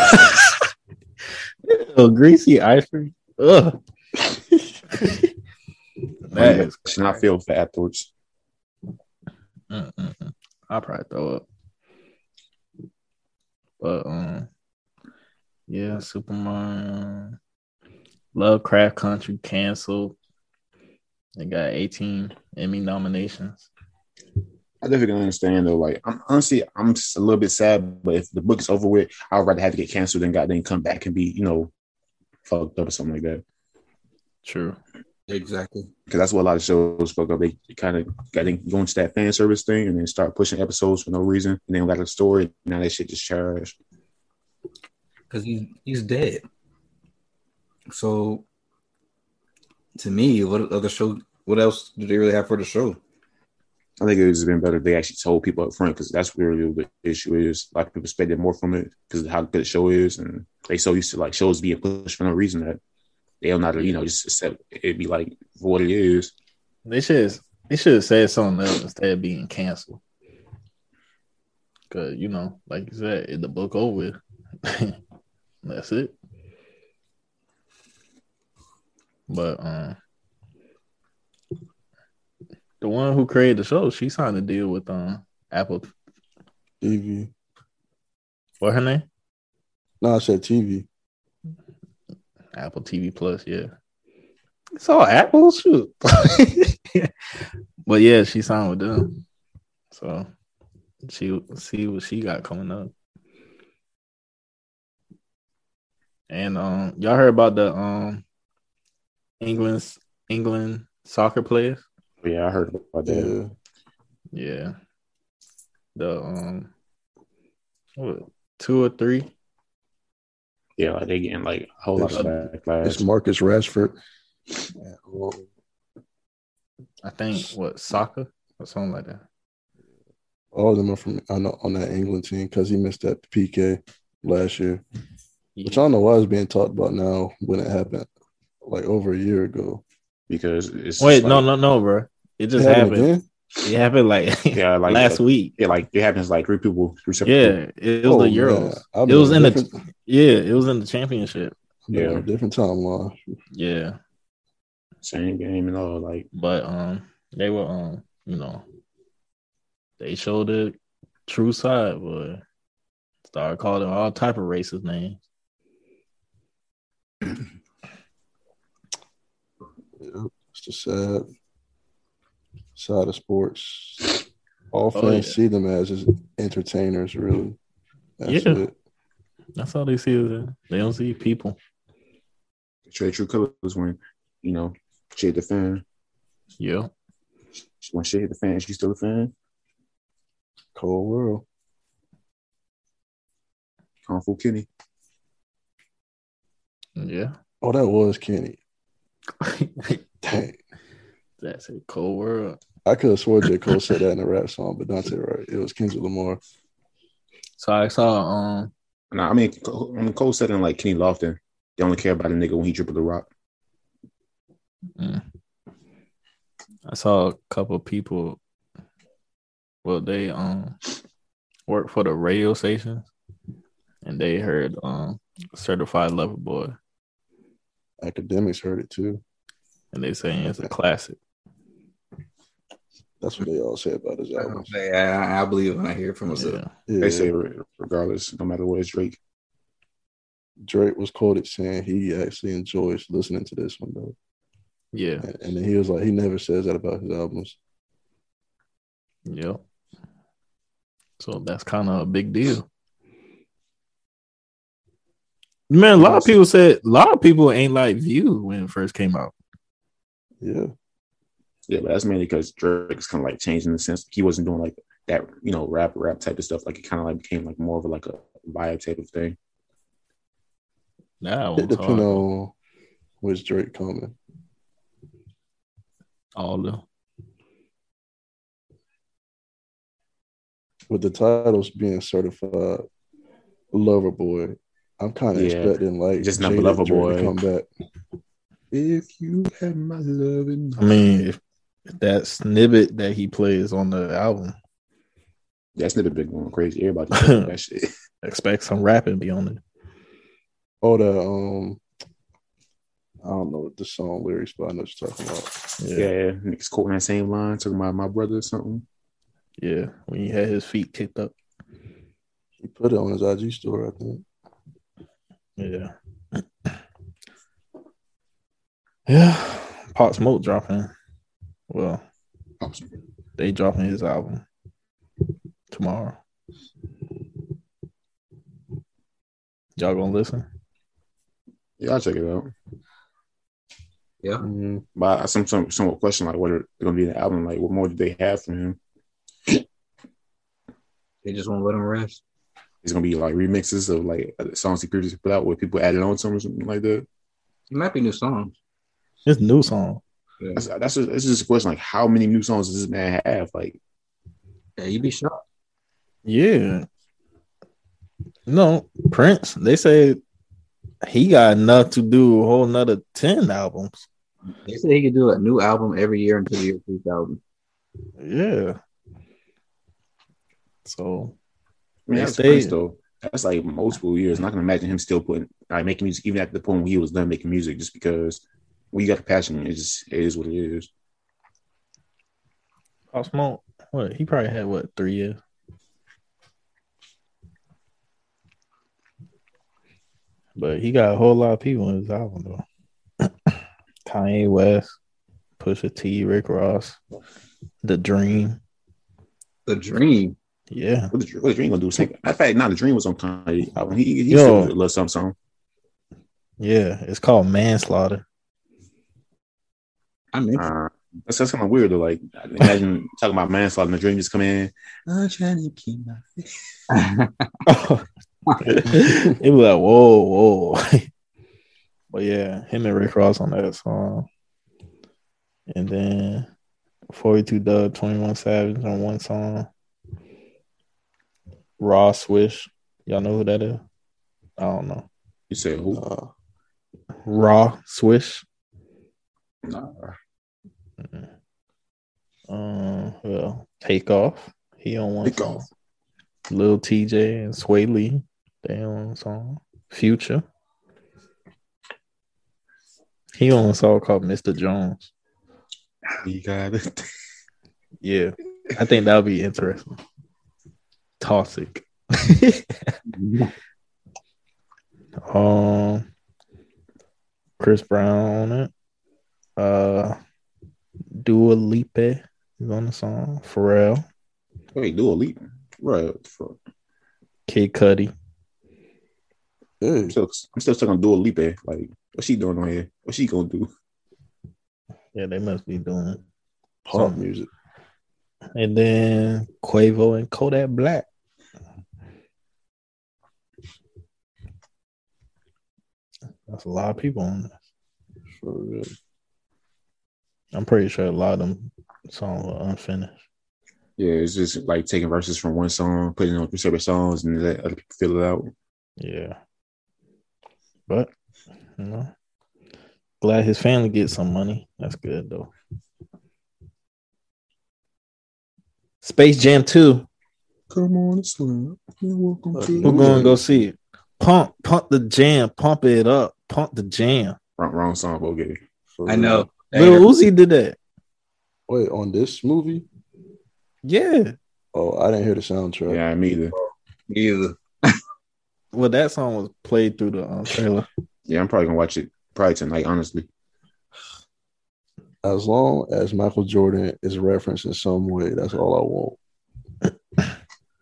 A: Oh, greasy ice cream. Ugh. [LAUGHS] that [LAUGHS] is.
D: and I feel for afterwards.
A: Mm-mm-mm. mm, I'll probably throw up. But um, yeah, Super Mario, Lovecraft Country canceled. They got 18 Emmy nominations.
D: I definitely can understand though. Like, I'm honestly, I'm just a little bit sad. But if the book is over with, I'd rather have it get canceled than goddamn come back and be, you know, fucked up or something like that.
A: True.
B: Exactly.
D: Because that's what a lot of shows fuck up. They kind of got they go into that fan service thing and then start pushing episodes for no reason, and then like a story. Now that shit just trash.
B: Because he's, he's dead. So, to me, what other show? What else do they really have for the show?
D: I think it would have been better if they actually told people up front because that's where really the issue is. A lot of people expected more from it because of how good the show is, and they so used to like shows being pushed for no reason that they don't know how to, you know just accept it be like for what it is.
A: They should they should have said something else instead of being canceled. Cause you know, like you said, it- the book over. [LAUGHS] with. That's it. But um the one who created the show, she signed a deal with um Apple
C: TV.
A: what her name?
C: No, I said TV.
A: Apple TV Plus, yeah. It's all Apple shoot. [LAUGHS] but yeah, she signed with them. So she see what she got coming up. And um y'all heard about the um England's England soccer players?
D: But yeah, I heard about that.
C: Yeah.
A: Yeah. The um what two or three?
D: Yeah, like they getting like a whole lot of
C: It's
D: backlash.
C: Marcus Rashford.
A: I think what soccer or something like that.
C: All of them are from on, on that England team because he missed that PK last year, which I don't know why it's being talked about now when it happened like over a year ago.
D: because it's
A: Wait,
D: just,
A: no,
D: like-
A: no, no, bro. It just
C: It happened
A: happened.
C: again?
A: It happened like, [LAUGHS]
D: Yeah, like uh,
A: last
D: like,
A: week.
D: Yeah, like it happens like three people. Three separate people.
A: Yeah, it was
C: Oh,
A: the
C: man.
A: Euros.
C: I'm
A: It was in the-
C: different- I'm
A: Yeah, it was in the championship.
C: in
D: Yeah.
C: a different timeline.
A: Yeah,
D: same game and all. Like
A: but um, they were um, you know, they showed the true side, but started calling all type of racist names.
C: Yeah. It's It's a sad side of sports. All
A: Oh,
C: fans
A: yeah.
C: see them as is entertainers, really. That's
A: Yeah.
C: it.
A: That's all they see is that. They don't see people.
D: Trade true colors when you know she hit the fan.
A: Yeah.
D: When she hit the fan, she's still a fan.
C: Cold world.
D: Kung Fu Kenny.
A: Yeah. [LAUGHS]
C: Oh, that was Kenny. Dang.
A: That's a cold world.
C: I could have swore J. Cole said that in a rap song, but Dante right. It was Kendrick Lamar.
A: So I saw um
D: Nah, I mean, Cole- I mean Cole said it like Kenny Lofton. They only care about a nigga when he dribble the rock.
A: I saw a couple people well they um work for the radio stations and they heard um certified lover boy
C: Academics heard it too.
A: and they saying it's a classic.
C: That's what they all say about
A: Oh,
C: his album.
B: I, I- I believe when I hear it from myself.
A: Yeah.
D: They
C: Yeah.
D: say re- regardless, no matter what, it's Drake.
C: Drake was quoted saying he actually enjoys listening to this one though.
A: Yeah.
C: And, and then he was like, he never says that about his albums.
A: Yep. So that's kind of a big deal. Man, a lot of people said a lot of people ain't like View when it first came out.
C: Yeah.
D: Yeah, but that's mainly because Drake's kind of like changing the sense. He wasn't doing like that, you know, rap, rap type of stuff. Like it kind of like became like more of a, like a vibe type of thing.
A: Now
C: It
A: it's
C: depends
A: all,
C: on which Drake coming.
A: all the
C: With the titles being certified lover boy, I'm kind of
D: Yeah.
C: expecting like
D: Just not
C: Jada
D: Lover
C: Drake to
D: Boy.
C: come back.
D: If you have my love in
A: I mean if that snippet that he plays on the album,
D: That snippet been going crazy. Everybody doing [LAUGHS] that shit.
A: expect some rapping beyond it.
C: Oh, the um, I don't know the song lyrics, but I know what you're talking about.
D: Yeah, yeah. niggas quoting that same line, talking about my brother or something.
A: Yeah. When he had his feet kicked up.
C: He put it on his IG story, I think.
A: Yeah. [CLEARS THROAT] Yeah. Pot Smoke dropping. Well, they dropping his album tomorrow. Y'all gonna listen?
D: Yeah, I'll check it out. Mm-hmm.
B: Yeah.
D: But I some some somewhat question like what are gonna be in the album? Like what more do they have from him?
B: They just won't let him rest.
D: It's gonna be like remixes of like other songs he previously put out where people added on to him or something like that.
B: It might be new songs.
A: It's new song.
B: Yeah.
D: That's that's just, that's just a question like how many new songs does this man have? Like
B: Yeah, you'd be shocked.
A: Yeah. No, Prince. They say he got enough to do a whole nother ten albums.
B: They said he could do a new album every year until the year 2000.
A: Yeah. So
D: I
A: They
D: mean, that's
A: say-
D: Prince though. That's like multiple years. And I can imagine him still putting like making music even at the point when he was done making music just because when you got the passion, it just it is what it is.
A: Pop Smoke, what he probably had what three years? But he got a whole lot of people in his album though. [COUGHS] Kanye West, Pusha T, Rick Ross, The Dream.
B: The Dream.
A: Yeah,
D: What the, Dr- what the dream gonna do? Sing? In fact, not the dream was on Kanye album. He he
A: Yo.
D: still did a little something song.
A: yeah. It's called Manslaughter.
B: I mean,
D: Uh, that's that's kind of weird though. Like imagine talking about manslaughter and the dream just come in. I'm trying to keep my
A: [LAUGHS] it was like whoa, [LAUGHS] whoa. but yeah, him and Rick Ross on that song, and then Forty Two Dub, Twenty One Savage on one song. Ross Wish, y'all know who that is? I don't know.
D: You say "Oh, who?
C: Uh,
A: Raw Swish.
D: Nah.
A: Um, well, take off. He on one.
D: Take
A: song.
D: off.
A: Lil TJ and Sway Lee. They on one song. Future. He on a song called Mr. Jones.
D: You got it. [LAUGHS]
A: Yeah, I think that'll be interesting. Toxic. [LAUGHS] um, Chris Brown on it. Uh, Dua Lipe is on the song. Pharrell,
D: Wait, do a leap. Right. Fuck.
A: Kid Cudi.
D: I'm still, I'm still stuck on Dua Lipa. Like, what she doing on here? What she gonna do?
A: Yeah, they must be doing it.
C: pop music.
A: And then Quavo and Kodak Black. That's a lot of people on there.
C: For real.
A: I'm pretty sure a lot of them songs are unfinished.
D: Yeah, it's just like taking verses from one song, putting it on three separate songs, and let other people fill it out.
A: Yeah. But you know. Glad his family gets some money. That's good though. Space Jam 2.
D: Come on, it's Slim. You're welcome to.
A: We're gonna go see it. Pump, pump the jam, pump it up, pump the jam.
D: Wrong, wrong song, but okay.
C: For
B: I
C: real.
B: know.
A: Lil Uzi did that.
C: Wait, on this movie?
A: Yeah.
C: Oh, I didn't hear the soundtrack.
D: Yeah, me either.
B: Me either.
A: Well, that song was played through the um, trailer.
D: Yeah, I'm probably gonna watch it probably tonight, honestly.
C: As long as Michael Jordan is referenced in some way, that's all I want.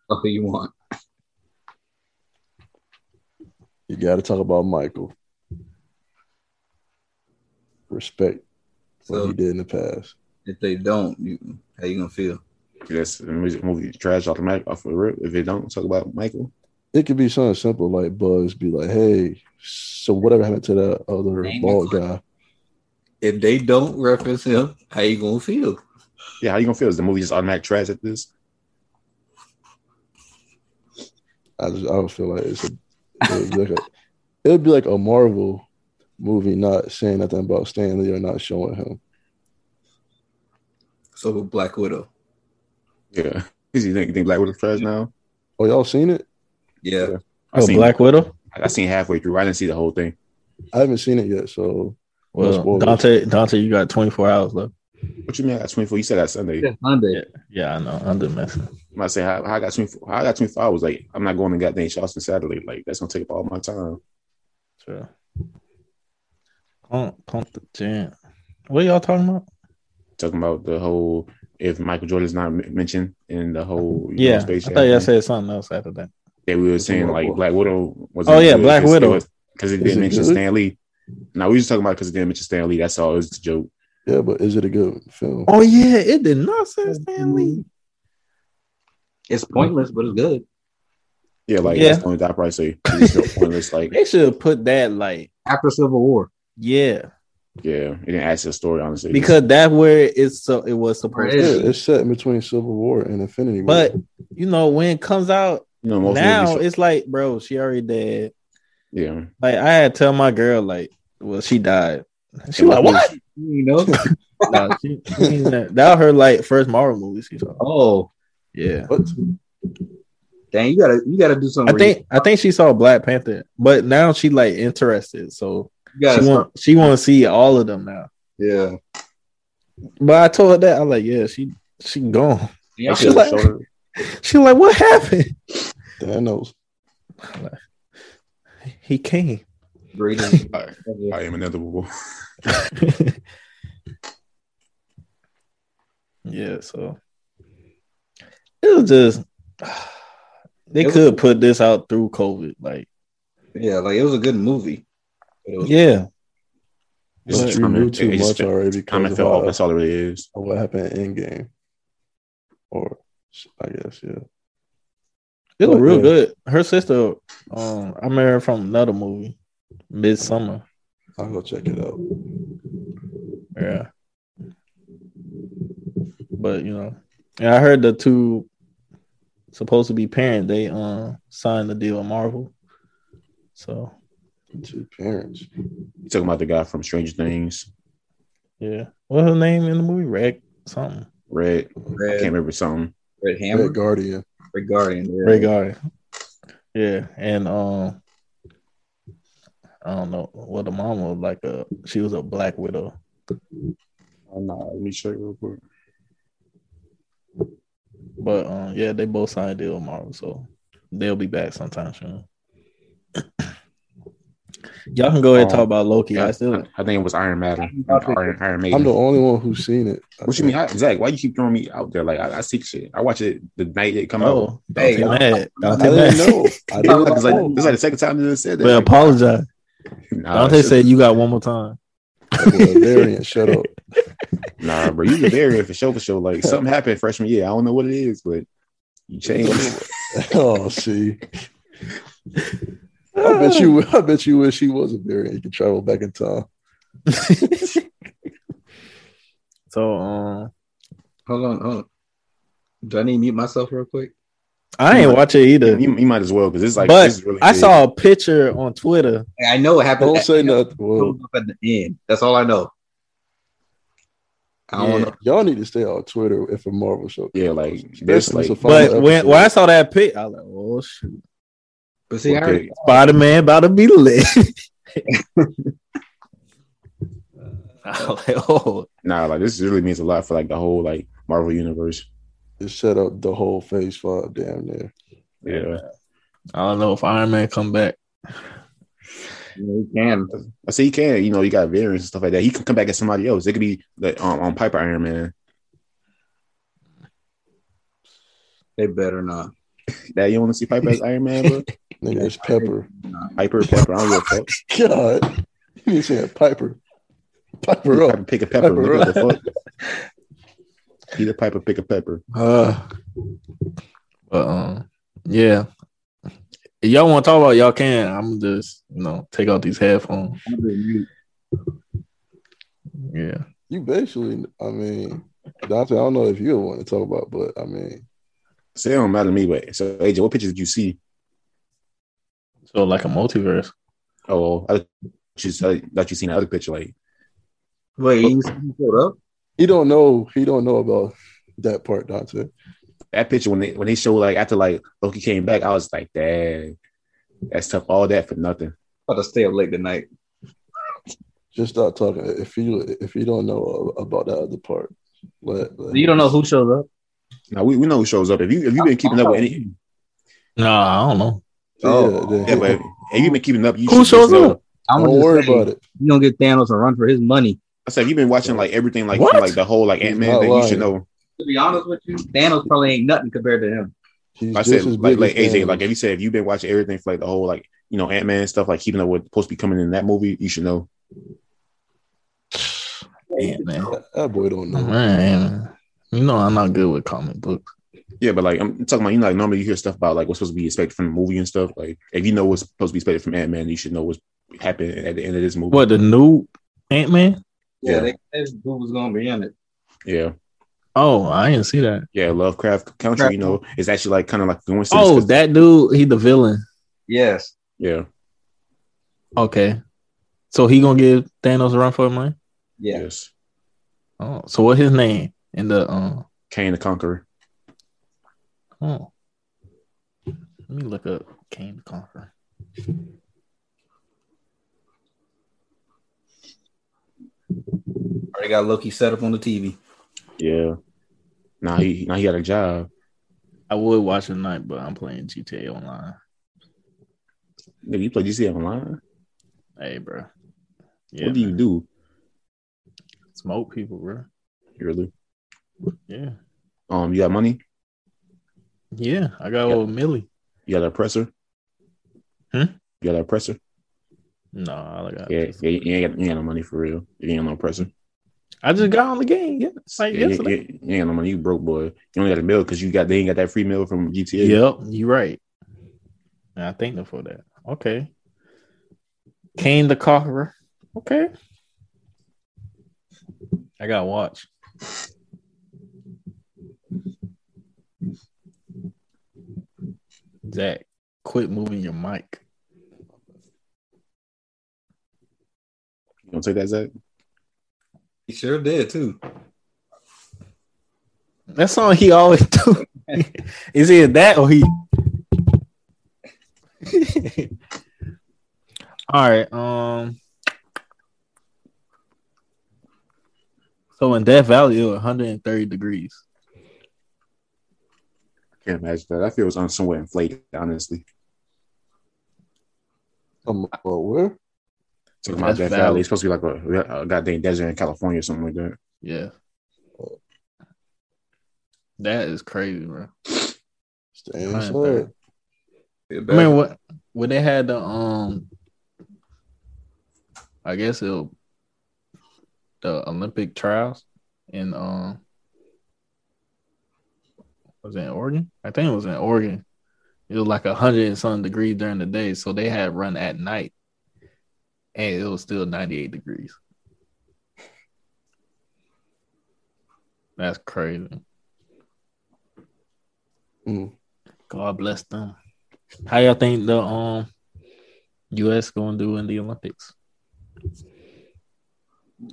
B: What do you want?
C: You got to talk about Michael. Respect what
B: So
C: he did in the past.
B: if they don't, you how you gonna feel?
D: That's the music movie trash automatic off the rip. If it don't talk about Michael,
C: It could be something simple like Buzz be like, "Hey, so whatever happened to that other
B: Name
C: bald
B: your
C: guy?"
B: If they don't reference him, how you gonna feel?
D: yeah, how you gonna feel? Is the movie just automatic trash at this?
C: I just I would feel like it's a, it'd be like a it would be like a Marvel movie not saying nothing about Stan Lee or not showing him.
B: So with Black Widow.
D: Yeah, [LAUGHS] you think, you think Black Widow's trash now?
C: Oh, y'all seen it?
B: Yeah.
D: I
A: Oh,
D: seen,
A: Black Widow.
D: I seen halfway through. I didn't see the whole thing.
C: I haven't seen it yet, so That's
A: Well,
C: what-
A: Dante, Dante, you got 24 hours left.
D: What you mean? I got 24. You said that Sunday.
B: yeah. Sunday.
A: Yeah, I know. I'm just messing.
D: I'm not saying how, how I got 24. How I got 24 hours. Like, I'm not going to goddamn Charleston Saturday. Like, that's gonna take up all my time.
A: Sure. Pump, pump the jam. What y'all talking about?
D: Talking about the whole if Michael Jordan's not m- mentioned in the whole you
A: Yeah,
D: know, space
A: I
D: Jam
A: thought y'all
D: thing,
A: said something else after that.
D: that we were saying like Black Widow was.
A: Oh, yeah, Black Widow.
D: because it
C: Is
D: didn't
C: it
D: mention
C: good?
D: Stan Lee. No, we just talking about because it didn't mention Stan Lee. That's all. It was just a joke.
C: yeah. But is it a good film?
A: Oh yeah, it did not say Stan Lee.
B: It's pointless, but it's good.
D: Yeah, like
A: Yeah.
D: that's the only thing I probably say. It's just so pointless. Like,
A: They should have put that like
B: After Civil War.
A: yeah,
D: yeah, it didn't add to the story honestly.
A: because that where it's so it was supposed
B: Right.
A: to.
C: Yeah, it's set in between Civil War and Infinity War.
A: But you know when it comes out
D: you know, most
A: now,
D: movies,
A: it's like bro, she already dead.
D: yeah,
A: Like I had to tell my girl like, well, she died. She
D: Yeah,
A: like
D: my
A: what?
B: You
A: [LAUGHS]
B: know?
A: Nah, she- she mean that [LAUGHS] that was her like first Marvel movie she saw.
B: oh,
A: Yeah,
C: What?
B: dang, you gotta you gotta do
A: I
B: something.
A: think I think she saw Black Panther, but now she like interested, so
B: you gotta
A: she want she want to see all of them now.
B: yeah.
A: But I told her that I'm like, yeah, she she gone. [LAUGHS]
B: Yeah,
D: That
A: She
D: shit was
A: like- [LAUGHS]
D: shorter.
A: She like, what happened?
C: Thanos.
A: He came.
B: breathing.
D: All right. I am another [LAUGHS] one.
A: [LAUGHS] yeah, so it was just [SIGHS] they
B: It was-
A: could put this out through COVID, like
B: yeah, like it was a good movie. But it was
A: yeah,
D: It's
C: But
D: just
C: we
D: trauma.
C: knew too
D: It just
C: much
D: felt-
C: already
D: Trauma
C: because of
D: fell off.
C: how-
D: That's all it really is.
C: of what happened in Endgame. Or I guess yeah.
A: it was
C: Like,
A: real
C: yeah.
A: good. Her sister, um, I remember her from another movie, Midsummer.
C: I'll go check it out.
A: Yeah. But you know, and I heard the two supposed to be parent, they um signed the deal with Marvel. So
C: Two parents.
D: You talking about the guy from Stranger Things,
A: yeah. What's her name in the movie? Reg something.
D: Red? I
B: Red,
D: can't remember something.
B: Red
C: Red
B: Hammer,
C: Guardian.
B: Red Guardian. yeah.
A: Reg Guardian. Yeah. And um I don't know. Well the mom was like a she was a black widow.
D: Oh, no, let me check real quick.
A: But um yeah, they both signed a deal with Marvel, so they'll be back sometime soon. [COUGHS] Y'all can go ahead and
D: Um,
A: talk about Loki. I still
D: I think it was Iron Matter,
B: I think-
D: Iron, Iron Maiden.
C: I'm the only one who's seen it. I
D: what you
C: think.
D: mean, I, Zach? Why you keep throwing me out there? Like I, I see shit. I watch it the night it come out.
A: Oh, don't
B: Hey,
A: take
B: I-
A: mad.
C: I
A: Don't take [LAUGHS]
C: didn't
A: mad.
C: know. I
D: [LAUGHS] It's
C: didn't
D: like, it's like,
B: Oh.
C: know.
D: it's like the second time they said that.
A: But apologize.
D: [LAUGHS] Nah,
A: Dante
D: shut-
A: said you got one more time.
C: That's a variant. Shut up.
D: [LAUGHS]
C: [LAUGHS]
D: Nah, bro, you the variant for show for
A: [LAUGHS]
D: show. Like something happened freshman year. I don't know what it is, but you changed.
C: Oh, see. I bet you. I bet you wish he was a variant. You could travel back in time.
A: So um,
B: [LAUGHS] Hold on, hold on. Do I need to mute myself real quick?
A: I ain't
D: might-
A: watch it either.
D: [LAUGHS] you, you might as well because it's like
A: But
D: it's really
A: I
D: big.
A: saw a picture on Twitter.
B: I know it happened.
C: Don't say
B: I know
C: nothing.
B: it
C: Whoa.
B: shows up At the end, that's all I know. I don't
A: Yeah.
B: know.
C: Y'all need to stay off Twitter if a Marvel show.
D: Yeah, like there's
C: Especially
D: like
C: it's a final
A: But when,
C: episode.
A: when I saw that pic, I was like, "Oh shoot,
B: But see, I
D: Okay.
B: already,
A: Spider Man about to be lit." [LAUGHS] I
B: [LAUGHS]
A: was like, "Oh,
D: nah, like this really means a lot for like the whole like Marvel universe.
C: Just shut up the whole phase five damn near.
D: Yeah,
A: I don't know if Iron Man come back."
B: you can.
D: I say he can. You know, you got variants and stuff like that. He can come back as somebody else. It could be like um, on Piper Iron Man.
B: They better not.
D: That you want to see Piper as Iron
A: [LAUGHS]
D: Man, bro?
C: Nigga, it's Pepper.
D: Piper, Pepper. I don't give a fuck.
C: [LAUGHS] God. You need to say Piper. Piper
D: Piper,
C: up.
D: pick a pepper.
C: Piper
D: Look at the fuck. Either Piper, pick a pepper.
C: Uh,
A: But um, yeah. If y'all want to talk about it, y'all can. I'm just you know take out these headphones. Yeah.
C: you basically, I mean, Dante, I don't know if you want to talk about, but I mean,
D: So it don't matter to me. But so AJ, what pictures did you see?
A: So like a multiverse.
D: Oh, I just I thought you seen the other picture. Like,
B: Wait, you you showed up?
C: he don't know. He don't know about that part, Dante.
D: that picture when they when they show like after like Loki came back, I was like, dang, that's tough. All that for nothing.
B: About to stay up late tonight.
C: Just stop talking. If you if you don't know about that other part, let, let-
B: You don't know who shows up?
D: Now we, we know who shows up. If you if you've been keeping up with any,
A: Nah, I don't know.
C: Yeah,
B: Oh,
C: then-
D: yeah, but if you've been keeping up, you
A: Who
D: should
A: shows
D: know.
A: up?
B: I'm
C: don't worry about it.
B: You don't get Thanos and run for his money.
D: I said if you've been watching like everything, like
A: What?
D: like the whole like
C: He's
D: Ant Man
C: not
D: thing, you should
C: lying.
D: know.
B: To be honest with you, Thanos probably ain't nothing compared to him.
C: He's
D: I
C: just
D: said
C: as
D: like
C: big
D: like
C: as
D: AJ,
C: Thanos.
D: like if you said if you've been watching everything for like the whole like you know Ant Man stuff, like keeping up with supposed to be coming in that movie, you should know.
A: Ant Man.
C: That- that boy don't know.
A: Man, you know I'm not good with comic books.
D: Yeah, but like I'm talking about, you know, like normally you hear stuff about like what's supposed to be expected from the movie and stuff. Like if you know what's supposed to be expected from Ant Man, you should know what's happening at the end of this movie.
A: What the new Ant Man?
D: Yeah.
B: they said who was gonna be in it.
D: Yeah,
A: Oh, I didn't see that.
D: yeah. Lovecraft Country, you know, is actually like kind of like going.
A: Oh, that dude, he the villain.
B: Yes.
D: yeah,
A: Okay, so he gonna give Thanos a run for his money.
B: Yeah.
D: yes.
A: Oh, so what his name in the um?
D: Kane the Conqueror.
A: Oh, let me look up Kane the Conqueror.
B: Already got Loki set up on the TV.
D: Yeah. Now he now he got a job.
A: I would watch it tonight, but I'm playing GTA Online.
D: Nigga, you play GCF online?
A: Hey, bro. Yeah,
D: what do you do?
A: smoke people, bro.
D: Really?
A: Yeah,
D: Um, you got money?
A: yeah. I got
D: Yeah.
A: old Millie.
D: You got an oppressor?
A: Hmm?
D: You got an oppressor?
A: No, I got.
D: Yeah, yeah, you ain't got, you ain't got no money for real. You ain't got no oppressor.
A: I just got on the game. Yeah, it's like
D: Yeah, you,
A: yesterday.
D: you, you ain't got no money. You broke boy. You only got a meal because you got they ain't got that free meal from GTA.
A: Yep, you're right. And I thank them for that. Okay. Kane the Conqueror. Okay. I gotta watch. Zach, quit moving your mic.
D: You don't take that, Zach.
B: He sure did too.
A: That's something he always [LAUGHS] do. Is it that or he? [LAUGHS] All right. Um. So in Death Valley, it was 130 degrees.
D: I can't imagine that. I feel it's on somewhat inflated, honestly.
C: I'm, uh, where?
D: Talking about
A: That's
D: Death
A: valid.
D: Valley. It's supposed to be like a, a goddamn desert in California or something like that.
A: Yeah. That is crazy, bro.
C: Stay
A: Fine,
C: inside.
A: fair. I mean, what when they had the um, I guess it the Olympic trials in um, was it in Oregon? I think it was in Oregon. It was like a hundred and something degrees during the day, so they had run at night, and it was still ninety eight degrees. That's crazy.
C: Mm.
A: God bless them. How y'all think the um US gonna do in the Olympics?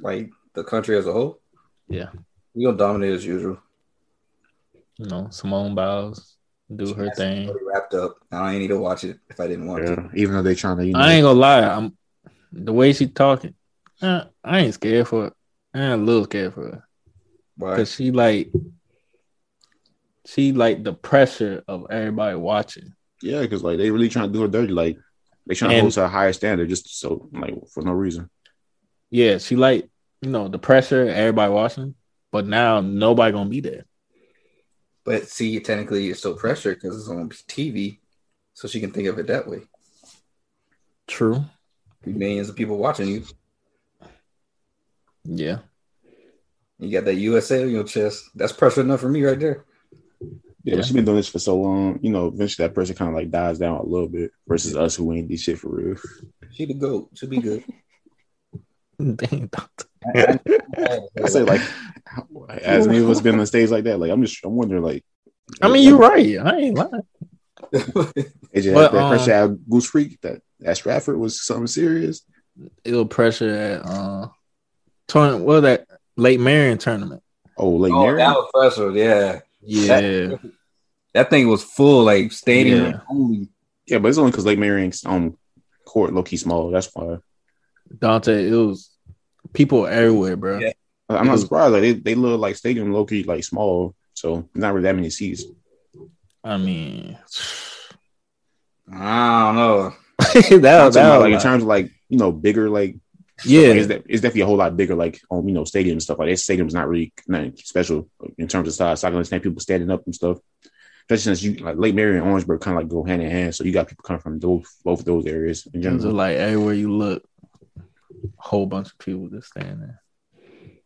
B: Like the country as a whole.
A: Yeah.
B: We gonna dominate as usual.
A: You know, Simone Biles do her
B: That's
A: thing.
B: Mm-hmm. already Wrapped up. Now I ain't need to watch it if I didn't want to.
D: Yeah. Even though they're trying to, you know,
A: I ain't gonna lie, I'm the way she talking, uh, I ain't scared for it. I'm a little scared for her.
B: Why?
A: Cause she like she like the pressure of everybody watching.
D: yeah, because like they really trying to do her dirty. Like they trying to
A: And-
D: hold to a higher standard just so like for no reason.
A: Yeah, she like, you know, the pressure, everybody watching, but now nobody gonna be there.
B: But see, technically, it's still pressure because it's on TV, so she can think of it that way.
A: True.
B: Millions of people watching you.
A: Yeah.
B: You got that USA on your chest. That's pressure enough for me right there.
D: Yeah,
A: Yeah.
D: but she's been doing this for so long. You know, eventually that person kind of like dies down a little bit versus us who ain't this shit for real.
B: She the goat. She'll be good.
A: [LAUGHS] Dang, doctor.
D: [LAUGHS] I say
A: [LAUGHS]
D: like, how, as many of us been on stage like that, like I'm just I'm wondering like.
A: I mean you're right. I ain't lying.
D: AJ,
A: But,
D: that pressure
A: um,
D: at Goose Creek, that that Stratford was something serious.
A: ill pressure at uh tournament what was that late Marion tournament.
D: Oh, Lake
B: oh,
D: Mary.
B: that was pressure. Yeah,
A: Yeah.
B: that thing was full, like stadium
A: Yeah.
B: only.
D: Yeah, but it's only because Lake Marion's um court low key small. That's why
A: [LAUGHS] Dante, it was people everywhere, bro.
B: Yeah.
D: I- I'm not
A: Mhm.
D: surprised. Like they, they look like stadium low key like small, so not really that many seats.
A: I mean [SIGHS]
B: I don't know.
A: [LAUGHS] that,
D: I'm
A: was- Oh,
D: talking
A: that
D: about,
A: was
D: like in
A: like-
D: terms of like you know bigger like
A: yeah,
D: like, it's, de- it's definitely a whole lot bigger like on you know stadium and stuff like that stadium's not really nothing special in terms of size. So I can understand people standing up and stuff. Especially since you like Lake Mary and Orangeburg kind of like go hand in hand, so you got people coming from those both of those areas in
A: it was
D: general.
A: like everywhere you look, a whole bunch of people just standing there.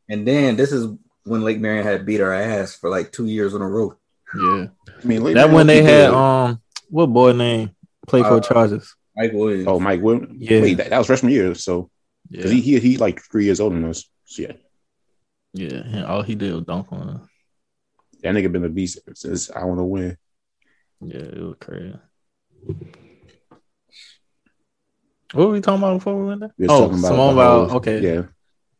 B: And then this is when Lake Marion had beat our ass for like two years in a row.
A: Yeah.
D: I mean, Lake
A: That
D: Mary
A: when they
D: low-key
A: had
D: good.
A: um what boy name? Play for
B: Uh,
A: charges.
B: Mike Williams.
D: oh Mike Williams.
A: Yeah.
D: Wait, that, that was freshman year, so
A: Yeah.
D: because he, he he like three years older than us. So yeah,
A: yeah. And all he did was dunk on her.
D: that nigga been a beast since I want to win.
A: Yeah, it was crazy. What were we talking about before we went there?
D: We was
A: oh,
D: talking about
A: Simone
D: the whole-
A: Biles. Okay,
D: Yeah,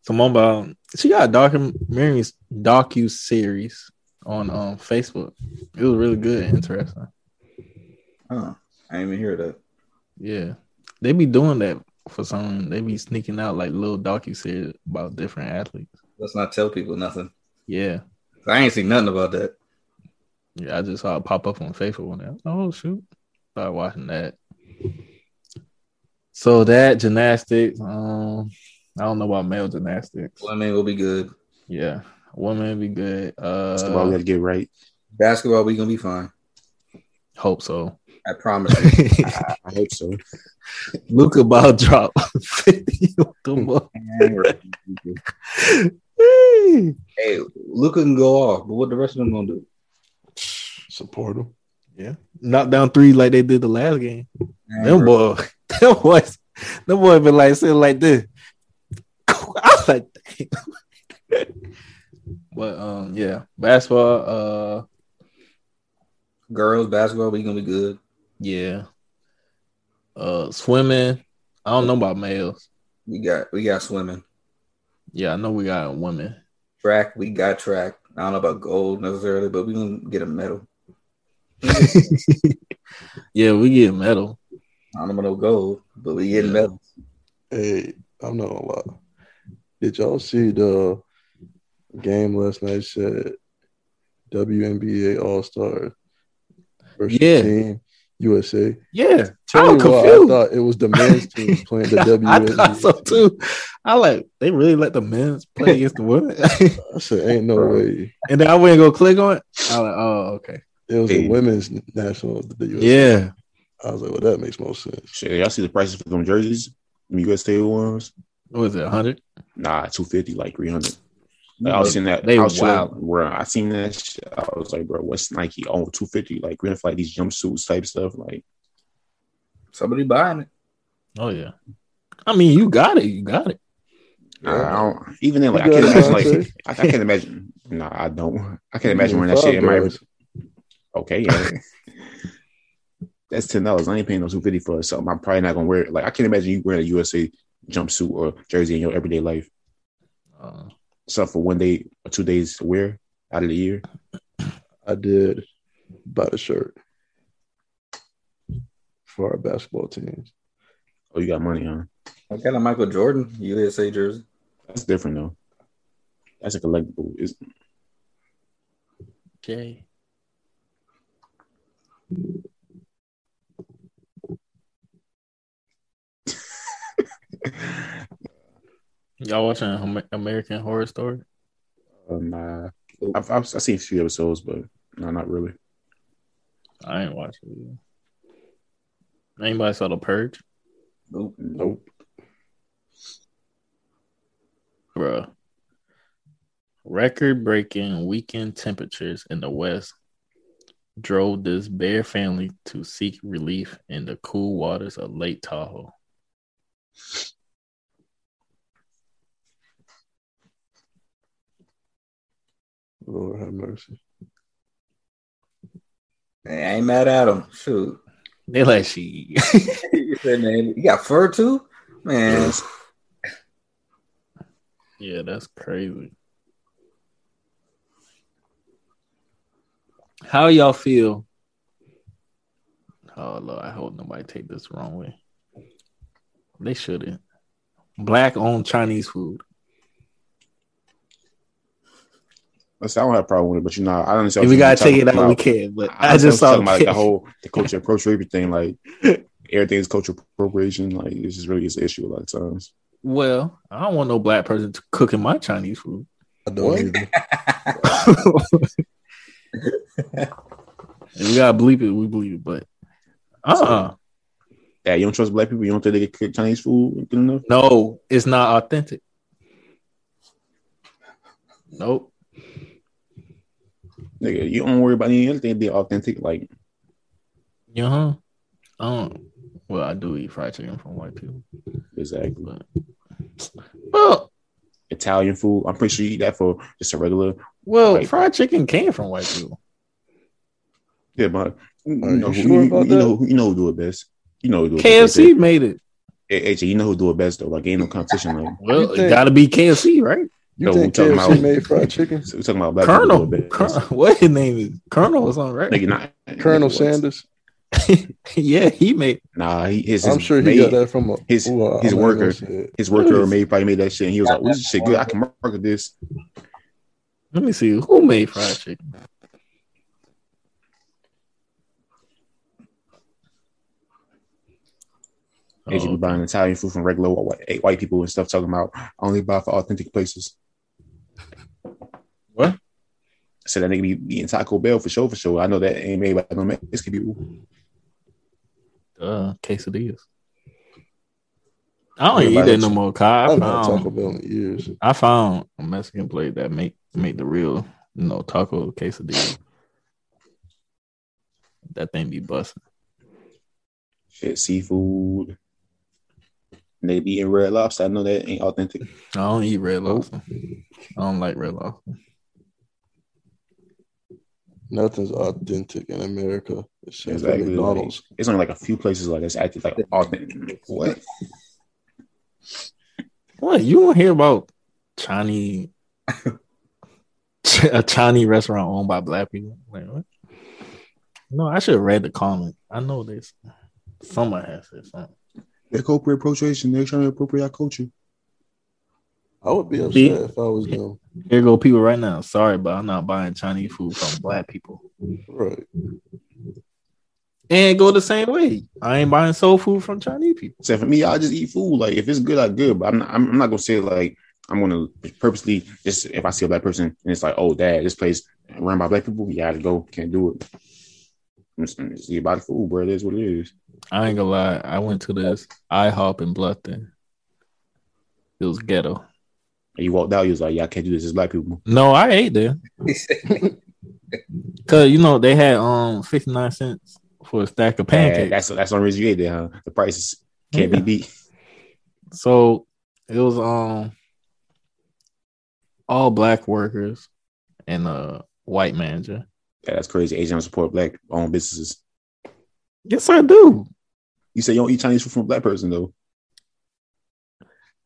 A: Simone Biles. She got a documentary docu series on um Facebook. It was really good, and interesting.
B: Huh. I didn't even hear that.
A: Yeah, they be doing that for some. They be sneaking out like little docu series about different athletes.
B: Let's not tell people nothing.
A: Yeah,
B: I ain't seen nothing about that.
A: yeah. I just saw it pop up on Facebook one day. I was like, Oh shoot! Started watching that. So that gymnastics. Um, I don't know about male gymnastics.
B: Women will be good.
A: Yeah, women be good.
D: that's the ball we got
A: Uh,
D: to get right.
B: Basketball, we gonna be fine.
A: hope so.
B: I promise. you.
D: I hope so.
A: Luca ball [LAUGHS] drop fifty. on the ball. [LAUGHS]
B: hey, Luca can go off, but what the rest of them gonna do?
C: Support him.
A: Knock down three like they did the last game. Them boy, [LAUGHS] them boys, them boy been like sitting like this. [LAUGHS] I was like, damn. [LAUGHS] but um, yeah, basketball. Uh,
B: Girls basketball, we gonna be good.
A: yeah. Uh, swimming. I don't know about males.
B: We got we got swimming.
A: Yeah, I know we got women.
B: Track, we got track. I don't know about gold necessarily, but we gonna get a medal.
A: yeah, we get medal.
B: I don't know about no gold, but we getting medals.
C: Hey, I'm not gonna lie. Did y'all see the game last night? Said WNBA All Stars versus
A: Yeah.
C: team USA.
A: Yeah,
C: Tell
A: I'm
C: me why I
A: confused. [LAUGHS]
C: thought it was the men's team playing the
A: I thought so
C: WNBA.
A: too. I like they really let the men's play against the women, [LAUGHS]
C: I said, ain't no
D: Bro.
C: way.
A: and then I went and go click on it. I like, oh okay,
C: It was
D: Hey.
C: the women's national. The USA.
A: yeah.
C: I was like, well, that makes more sense.
D: Shit, y'all see the prices for them jerseys? Them USA ones?
A: What was it, hundred?
D: Nah, two fifty, like three hundred. Like, I was seeing that.
A: They
D: I was
A: wild.
D: sure, bro. I seen that. Shit. I was like, bro, what's Nike? Oh, 250 Like, we're gonna like these jumpsuits type stuff. Like,
B: Somebody buying it.
A: Oh yeah. I mean, you got it. You got it.
D: I don't. Even then, like, I
C: You
D: can't
C: got
D: imagine.
C: it,
D: Like,
C: Dante?
D: I, I can't imagine. Nah, I don't. I can't imagine wearing that shit in my.
C: $5.
D: Okay, yeah. that's ten dollars. I ain't paying no two fifty for something. I'm probably not gonna wear it. Like, I can't imagine you wearing a USA jumpsuit or jersey in your everyday life,
A: Uh,
D: except for one day or two days to wear out of the year.
C: I did buy the shirt for our basketball teams.
D: Oh, you got money, huh?
B: I got a Michael Jordan USA jersey.
D: That's different though. That's a collectible. It's,
A: okay.
D: uh,
A: Y'all watching Amer- American Horror Story?
D: um, uh, I've, I've I've seen a few episodes, but no, not really.
A: I ain't watching it. Anybody saw The Purge?
B: Nope.
D: Nope.
A: Bruh. Record breaking weekend temperatures in the West drove this bear family to seek relief in the cool waters of Lake Tahoe.
C: Lord have mercy.
B: Man, I ain't mad at him. Shoot. [LAUGHS]
A: They like she
B: you said, man, you got fur too? Man.
A: Yeah, that's crazy. How y'all feel? Oh Lord, I hope nobody take this the wrong way. They shouldn't. Black owned Chinese food.
D: Listen, I don't have a problem with it, but you know, I don't.
A: if we gotta take it out, we can. But I, just saw
D: talking about like, the whole
A: [LAUGHS]
D: the culture appropriation thing. Like everything is cultural appropriation. Like this is really is an issue a lot of times.
A: Well, I don't want no black person to cooking my Chinese food. [LAUGHS]
C: I don't
D: What?
C: either.
A: if we gotta bleep it, we bleep it. But uh uh
D: Yeah, you don't trust black people. You don't think they can cook Chinese food good enough.
A: No, it's not authentic. Nope.
D: Nigga, you don't worry about anything being authentic. Like
A: Yeah. huh Uh-huh. I don't. Well, I do eat fried chicken from white people,
D: exactly.
A: but well,
D: Italian food. I'm pretty sure you eat that for just a regular.
A: well,
D: Right.
A: fried chicken came from white people.
D: Yeah, but you
C: Are you
D: know, who,
C: sure
D: you,
C: about
D: you know,
C: that?
D: who- you know who do it best. You know who do it best.
A: KFC made it.
D: Hey, hey, Jay, you know who do it best though. Like ain't no competition. Like
A: Well,
C: You
A: it
C: think-
A: gotta be KFC, right?
C: You
D: No, we
C: think
D: talking
C: KFC
D: about-
C: made fried [LAUGHS] chicken?
D: so we're talking about black people
A: Colonel,
D: do it best.
A: Colonel, [LAUGHS] what his name is? Colonel or something, right?
D: Nigga, not
C: [LAUGHS] Colonel
D: nigga, what?
C: Sanders.
A: [LAUGHS] yeah, he made.
D: Nah, he, his, his
C: I'm sure he
D: made,
C: got that from a,
D: his-
C: ooh, I-
D: his
C: I'm not
D: worker.
C: gonna say it.
D: his
C: [LAUGHS]
D: worker made probably made that shit, and he was like, "Oh, this shit good. I can market this."
A: Let me see who made fried chicken.
D: And you be
A: Oh,
D: buying Italian food from regular white, white people and stuff, talking about "I only buy for authentic places.
A: What?
D: So that nigga be eating Taco Bell for sure, for sure. I know that ain't made by no Mexican people.
A: Uh, quesadillas. I don't
D: Yeah,
A: eat
D: but
A: that
D: it's-
A: no more. Kai. I
C: I've had Taco
A: found
C: Bell in years.
A: I found a Mexican plate that make make the real you know taco quesadilla. That thing be busting.
D: Shit, seafood. And they be eating red lobster. I know that ain't authentic.
A: I don't eat red lobster. I don't like red lobster.
C: Nothing's authentic in America. Except
D: Exactly,
C: for
D: like-
C: McDonald's.
D: It's only like a few places like that's acted like authentic. What?
A: What you don't hear about Chinese [LAUGHS] Ch- a Chinese restaurant owned by black people? Like what? No, I should have read the comment. I know this. Someone has said something.
D: They're corporate appropriation. They're trying to appropriate our culture.
C: I would be upset
A: See?
C: if I was them.
A: Here go people right now. Sorry, but I'm not buying Chinese food from black people.
C: Right.
A: and go the same way. I ain't buying soul food from Chinese people.
D: So for me, I just eat food. Like if it's good, I good. But I'm not, I'm, I'm not gonna say like I'm gonna purposely just if I see a black person and it's like, oh dad, this place run by black people, yeah, I gotta go. Can't do it. Just, just eat about the food, bro. It is what it is.
A: I ain't gonna lie. I went to this IHOP in Bluffton. It was ghetto.
D: And you walked out, you was like, yeah, I can't do this. It's black people.
A: No, I ate there because you know they had um fifty nine cents for a stack of
D: Yeah,
A: pancakes.
D: that's that's the only reason you ate there, huh? The prices can't be beat.
A: So it was um all black workers and a white manager.
D: Yeah, that's crazy. Asian don't support black owned businesses.
A: Yes, I do.
D: You say you don't eat Chinese food from a black person though.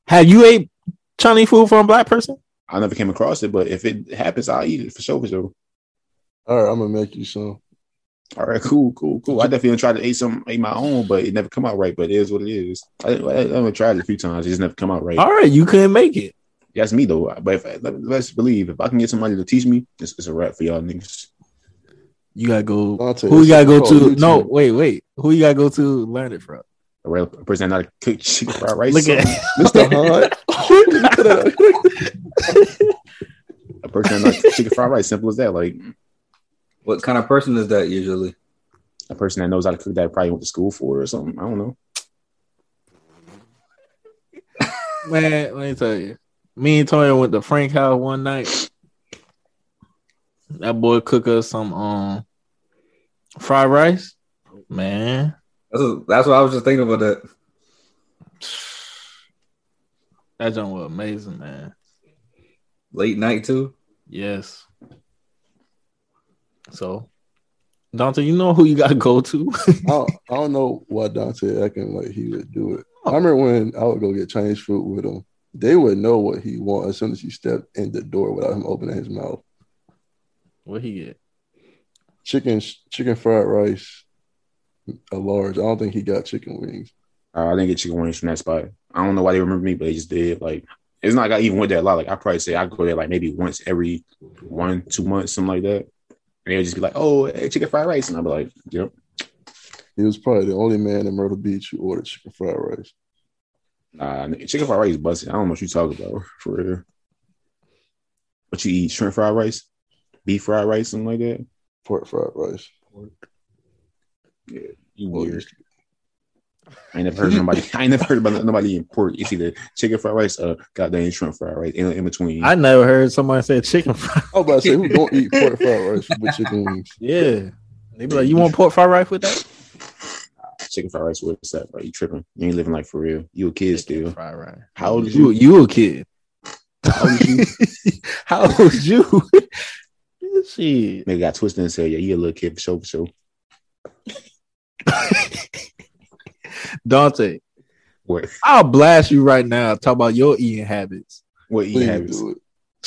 A: Have you ate Chinese food from a black person?
D: I never came across it, but if it happens, I'll eat it for sure. For sure.
C: All right, I'm gonna make you some.
D: All right, cool, cool, cool. I definitely tried to eat some, eat my own, but it never come out right. But it is what it is. I, I, I've tried it a few times. It just never come out right.
A: All right, you couldn't make it.
D: That's me though. But if, let- let's believe if I can get somebody to teach me, it's, it's a wrap for y'all niggas.
A: You gotta go.
C: Dante,
A: Who you gotta go
C: call
A: to?
C: YouTube. [LAUGHS]
A: No, wait, wait. Who you gotta go to learn it from?
D: A real person that not a cook chicken fried rice.
A: Look at
D: [LAUGHS]
A: [LAUGHS]
C: Mr. Hunt.
D: a person that not chicken fried rice. Simple as that. Like
B: [LAUGHS] What kind of person is that usually?
D: a person that knows how to cook that probably went to school for it or something. I don't know.
A: man. Let me tell you. Me and Tony went to Frank house one night. That boy cooked us some um fried rice. Man,
B: That's, that's what I was just thinking about that.
A: that joint was amazing, man.
B: Late night too.
A: Yes. So, Dante, you know who you gotta go to. [LAUGHS]
C: I don't, I don't know why Dante acting like he would do it. I remember when I would go get Chinese food with him. They would know what he want as soon as you step in the door without him opening his mouth.
A: what he get?
C: Chicken, chicken fried rice, a large. I don't think he got chicken wings.
D: Uh, I didn't get chicken wings from that spot. I don't know why they remember me, but they just did. Like, it's not like I even went there a lot. Like, I probably say I go there like maybe once every one, two months, something like that. And they'll just be like, "Oh, hey, chicken fried rice," and I'll be like, "Yep."
C: He was probably the only man in Myrtle Beach who ordered chicken fried rice.
D: Nah, nigga, chicken fried rice busted. I don't know what you talking about [LAUGHS] for real. But you eat shrimp fried rice, beef fried rice, something like that.
C: Pork fried rice.
D: You
C: Well,
D: weird. I ain't never heard of nobody. [LAUGHS] I ain't never heard about nobody in pork. It's either chicken fried rice or goddamn shrimp fried rice in, in between.
A: I never heard somebody say chicken fried.
C: I was about to say, who don't
B: [LAUGHS]
C: eat pork fried rice with chicken wings?
A: Yeah. They be like, you want pork fried rice with that?
D: chicken fried rice. What's that? Bro? You tripping? You ain't living life for real. You a kid still.
A: Fried rice.
D: How old is
A: You
D: you?
A: you a kid. How old you? [LAUGHS] How old you? [LAUGHS] Shit.
D: Nigga got twisted and said, "Yeah, you a little kid for sure, for sure."
A: Dante,
D: What? [LAUGHS]
A: I'll blast you right now. Talk about your eating habits.
D: What
C: Please
D: eating habits?
C: do it.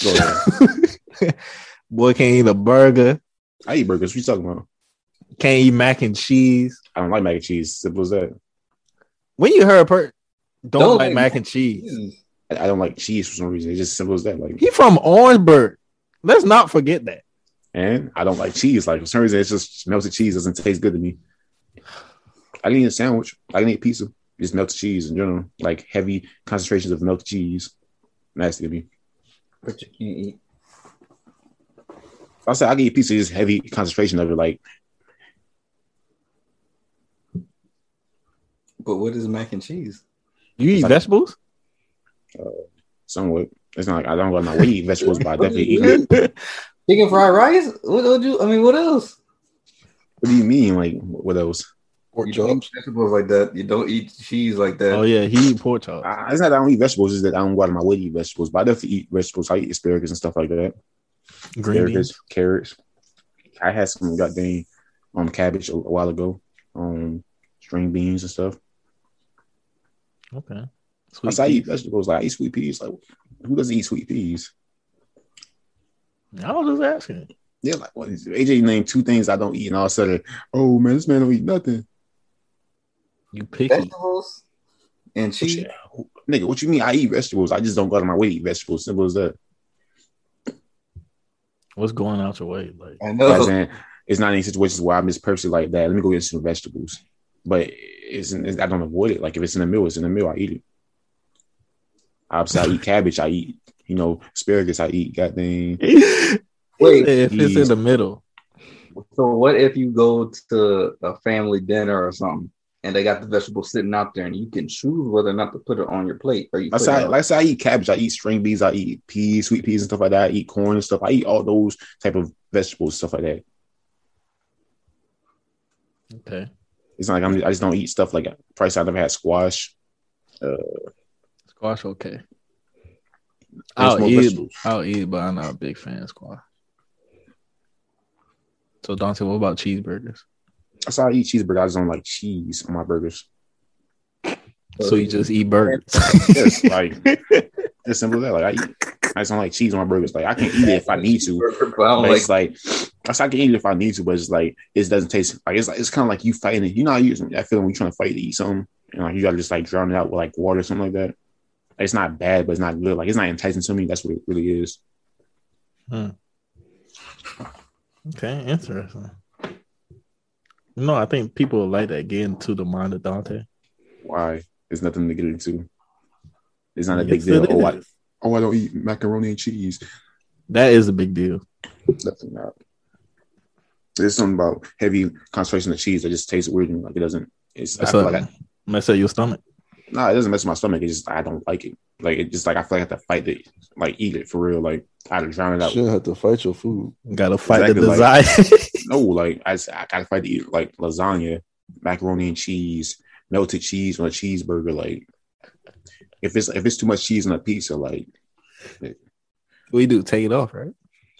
D: Go ahead.
A: [LAUGHS] Boy can't eat a burger.
D: I eat burgers. What you talking about?
A: Can't eat mac and cheese.
D: I don't like mac and cheese. Simple as that.
A: When you heard a per don't,
B: Don't
A: like
B: like
A: mac and cheese.
D: I, I don't like cheese for some reason. It's just simple as that. Like,
A: He from Orangeburg. Let's not forget that.
D: and I don't like cheese. Like for some reason, it's just melted cheese doesn't taste good to me. I can eat a sandwich. I can eat pizza. Just melted cheese in general, like heavy concentrations of melted cheese. Nasty to me.
B: But you can't eat.
D: I said I can eat pizza. Just heavy concentration of it. Like
B: But what is mac and cheese?
A: You eat
D: It's like-
A: vegetables?
D: somewhat. It's not like I don't go out my way to eat vegetables,
C: [LAUGHS]
D: but I definitely eat them.
B: Chicken fried rice? What would you? I mean, what else?
D: What do you mean? Like what else?
C: Pork
B: you don't
C: chops.
B: eat vegetables like that. You don't eat cheese like that.
A: Oh yeah, he eat pork chops.
D: I, Ah, it's not that I don't eat vegetables. It's that I don't go out of my way to eat vegetables, but I definitely eat vegetables. I eat asparagus and stuff like that.
A: Green
D: asparagus,
A: beans.
D: carrots. I had some goddamn um cabbage a, a while ago. Um, string beans and stuff.
A: Okay.
D: I
A: Sweet
D: said I eat
A: peas.
D: vegetables. Like I eat sweet peas. Like who doesn't eat sweet peas?
A: I was just asking.
D: Yeah, like what is AJ named two things I don't eat, and all of a sudden, oh man, this man don't eat nothing.
A: You picky.
B: Vegetables and
D: What
B: cheese.
D: you- nigga, what you mean? I eat vegetables. I just don't go out of my way to eat vegetables. Simple as that.
A: What's going out your way? Like
B: I
D: You know what [LAUGHS]
B: know.
D: I'm saying? it's not any situations where I'm just purposely like that. Let me go get some vegetables. But it's, it's I don't avoid it. Like if it's in the meal, it's in the meal. I eat it. Obviously, I eat cabbage. I eat you know asparagus. I eat goddamn.
B: Wait,
A: if it's in the middle,
B: So what if you go to a family dinner or something and they got the vegetables sitting out there and you can choose whether or not to put it on your plate or you
D: Like I
B: put
D: say,
B: it
D: like I say, I eat cabbage. I eat string beans. I eat peas, sweet peas, and stuff like that. I eat corn and stuff. I eat all those type of vegetables, stuff like that.
A: okay.
D: It's not like I'm, I just don't eat stuff like price. I never had squash.
A: Squash okay.
D: I just
A: I'll
D: want
A: eat,
D: vegetables.
A: I'll eat, but I'm not a big fan of squash. So Dante, what about cheeseburgers?
D: That's how I eat cheeseburger. I just don't like cheese on my burgers.
A: So you just eat burgers. [LAUGHS]
D: [LAUGHS] Yes, like as simple as that. Like I, eat, I just don't like cheese on my burgers. Like I can eat it [LAUGHS] if I need to.
B: But [LAUGHS] I don't
D: But
B: like
D: it's like I said I can eat it if I need to, but it's like it doesn't taste like it's. Like, it's kind of like you fighting. it. You know, how you I feel when you trying to fight to eat something, and like you gotta just like drown it out with like water or something like that. It's not bad, but it's not good. Like it's not enticing to me. That's what it really is.
A: okay, interesting. No, I think people will like that getting to the mind of Dante.
D: Why? There's nothing to get into. It's not a big
A: Yes,
D: deal.
A: it
D: Oh, I,
A: is.
D: oh, I don't eat macaroni and cheese.
A: That is a big deal.
D: Definitely not. There's something about heavy concentration of cheese that just tastes weird and like it doesn't. It's I
A: That's
D: feel
A: a-
D: like I,
A: Mess up your stomach.
D: nah, it doesn't mess with my stomach. It's just I don't like it. Like it just like I feel like I have to fight to like eat it for real. Like I had to drown it out.
C: Shouldn't have to fight your food.
A: Gotta fight the
D: Exactly,
A: desire.
D: like- No, like I just, I gotta fight to eat like lasagna, macaroni and cheese, melted cheese on a cheeseburger. Like if it's if it's too much cheese on a pizza, like
A: [LAUGHS] we do take it off, right?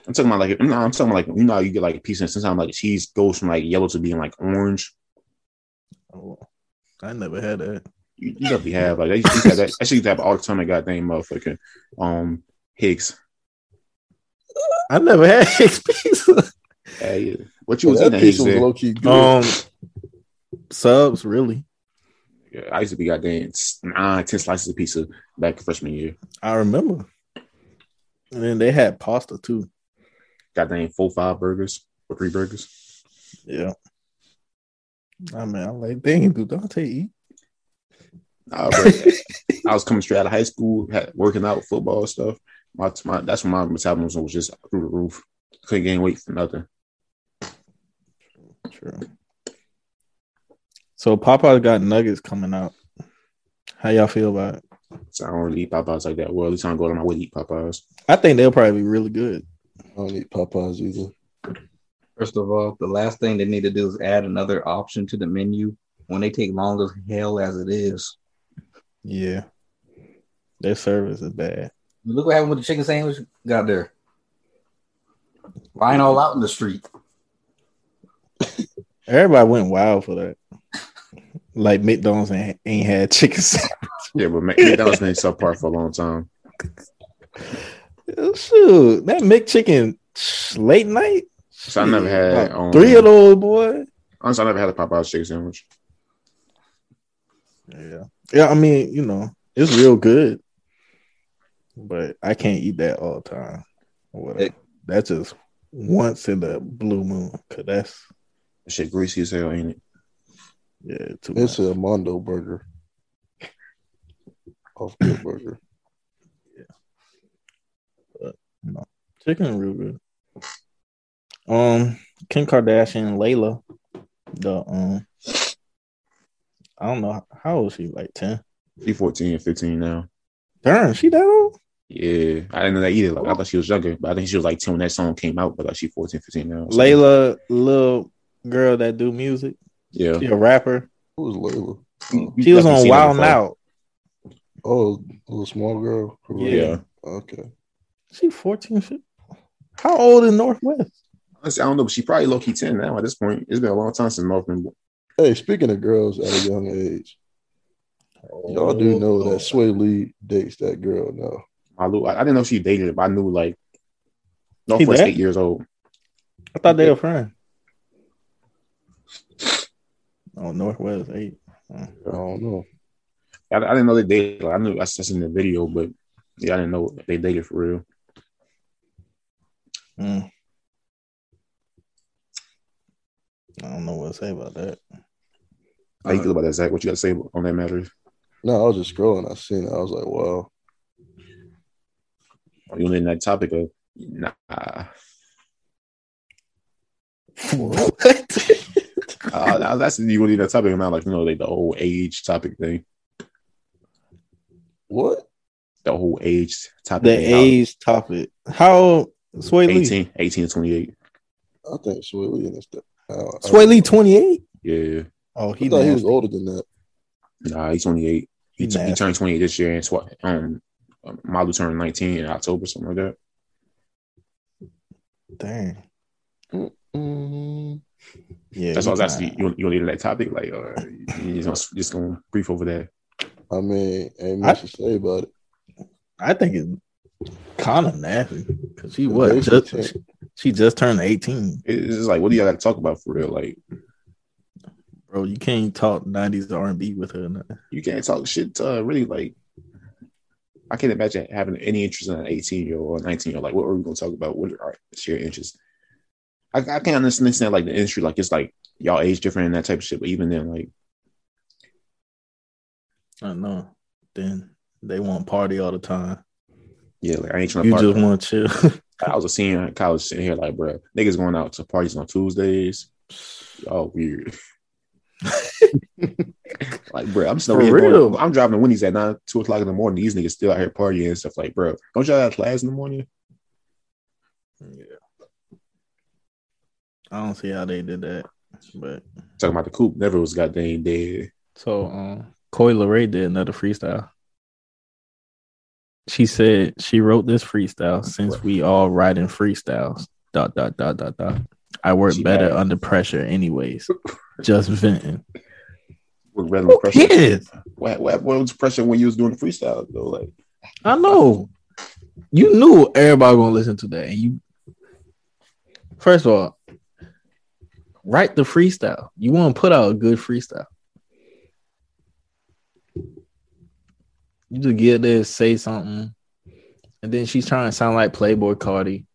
D: I'm talking about like [CLEARS THROAT] no, I'm talking about like you know how you get like a piece and sometimes like cheese goes from like yellow to being like orange.
A: Oh, I never had that.
D: you, you definitely have like they used to have that. That shit used to happen all the time. That goddamn motherfucking um Higgs.
A: I never had [LAUGHS] Hicks pizza.
D: Yeah, yeah. What you was
C: that
D: eating at
C: piece
D: Higgs?
C: was
D: There?
C: low key good.
A: Um, subs really.
D: Yeah, I used to be goddamn s- nine, ten slices of pizza back in freshman year.
A: I remember. And then they had pasta too.
D: Goddamn four, five burgers or three burgers.
A: Yeah. I mean, I'm like, dang, do Dante eat?
D: Nah, bro. I was coming straight out of high school, had, working out, football stuff. My, my that's when my metabolism was just through the roof. Couldn't gain weight for nothing.
A: True. So Popeye got nuggets coming out. How y'all feel about it?
D: So I don't really eat Popeyes like that. Well, at least I don't go to my way to eat Popeyes.
A: I think they'll probably be really good.
C: I don't eat Popeyes either.
B: First of all, the last thing they need to do is add another option to the menu when they take long as hell as it is.
A: Yeah. Their service is bad.
B: Look what happened with the chicken sandwich got there. Lying all out in the street.
A: Everybody went wild for that. Like McDonald's ain't, ain't had chicken [LAUGHS] sandwich.
D: Yeah, but Mc- McDonald's been subpar for a long time.
A: Oh, Shoot, that McChicken sh- late night.
D: So I never had um,
A: three of those, boy.
D: Honestly, I never had a Popeyes chicken sandwich.
A: Yeah, yeah. I mean, you know, it's real good, but I can't eat that all the time. Or whatever.
B: It-
A: that's just once in the blue moon. Cause that's
D: That shit greasy as hell, ain't it?
A: yeah, too
C: It's
A: much.
C: a Mondo burger. Off good burger.
A: Chicken real good. Um, Kim Kardashian, and Layla, the um, I don't know how old is she, like ten.
D: She 14 or 15 now.
A: Darn, she that old?
D: Yeah. I didn't know that either. Like, I thought she was younger, but I think she was like 10 when that song came out, but like she 14, 15 now. So-
A: Layla, little girl that do music.
D: Yeah.
A: She a rapper.
C: Who was Layla?
D: You- you
A: She was
D: definitely
A: on
D: seen her
A: Wild and
D: before.
A: Out.
C: Oh, a little small girl.
D: Yeah.
C: Okay.
A: She 14. She, how old is Northwest?
D: Honestly, I don't know, but she probably low key 10 now at this point. It's been a long time since North been
C: Hey, speaking of girls at a young age, y'all do know that Sway Lee dates that girl now.
D: I, knew- I didn't know she dated it, but I knew like
A: He
D: North was
A: there?
D: eight years old.
A: I thought they were friends. Oh, Northwest eight.
C: I don't know.
D: I, I didn't know they dated. Like, I knew I seen the video, but yeah, I didn't know they dated for real.
A: Mm. I don't know what to say about
D: [LAUGHS]
A: that.
D: How
A: Uh,
D: you feel about that, Zach? What you got to say on that matter?
C: No, I was just scrolling. I seen it. I was like, wow.
D: Are you on that topic of nah?
A: What?
D: Uh, now that's you gonna need that topic, not like you know, like the whole age topic thing,
C: What?
D: the whole age topic.
A: the
D: thing, how-
A: age topic. How old? Sway Lee?
D: 18, 18 to twenty eight.
C: I think Sway Lee and stuff. I,
A: Sway Lee 28?
D: Yeah,
A: Oh,
C: I
A: he,
C: thought he was
A: nasty.
C: older than that.
D: nah, he's twenty eight. He,
A: He
D: t- he
A: nasty.
D: turned twenty eight this year, and tw- um, Malu turned nineteen in October, something like that.
A: Dang.
C: Mm-hmm.
A: Yeah.
D: That's
A: he
D: all I was asking.
A: nah.
D: You, you gonna lead that topic? Like, uh, you just gonna, just gonna brief over that?
C: I mean, ain't much to say about it.
A: I think it's kind of nasty because she
C: The
A: what?
C: age
A: Just, [LAUGHS]
C: check.
A: she just turned 18.
D: It- It's just like, what do y'all got to talk about for real? Like,
A: Bro, you can't talk 90s R&B with her. or nothing.
D: you can't talk shit to her, really like I can't imagine having any interest in an 18 year old or 19 year old. Like, what are we going to talk about? What are your interests? I, I can't understand like the industry, like it's like y'all age different and that type of shit. But even then, like,
A: I don't know. Then they want party all the time.
D: yeah, like I ain't trying to
A: You
D: party.
A: just want to chill. [LAUGHS]
D: I was a senior in college sitting here, like, bruh, niggas going out to parties on Tuesdays. Y'all weird. [LAUGHS] like, bruh, I'm still
A: For
D: here going-
A: real?
D: I'm driving to Wendy's at nine, two o'clock in the morning. These niggas still out here partying and stuff. Like, bruh, don't y'all have class in the morning?
A: Yeah. I don't see how they did that. But
D: Talking about the coop, never was goddamn dead.
A: so um Koi Ray did another freestyle. She said she wrote this freestyle since we all ride in freestyles. Dot dot dot dot dot. I work
D: She
A: better
D: bad.
A: under pressure
D: [LAUGHS]
A: anyways. Just venting.
D: With rhythm
A: Who
D: pressure.
A: cares?
D: What, what, what was pressure when you was doing freestyle though? Like,
A: I know. You knew everybody gonna listen to that. And you first of all, write the freestyle. You wanna put out a good freestyle. You just get there, say something, and then she's trying to sound like Playboy Cardi.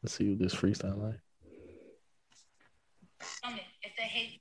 A: Let's see what this freestyle like.
F: If they hate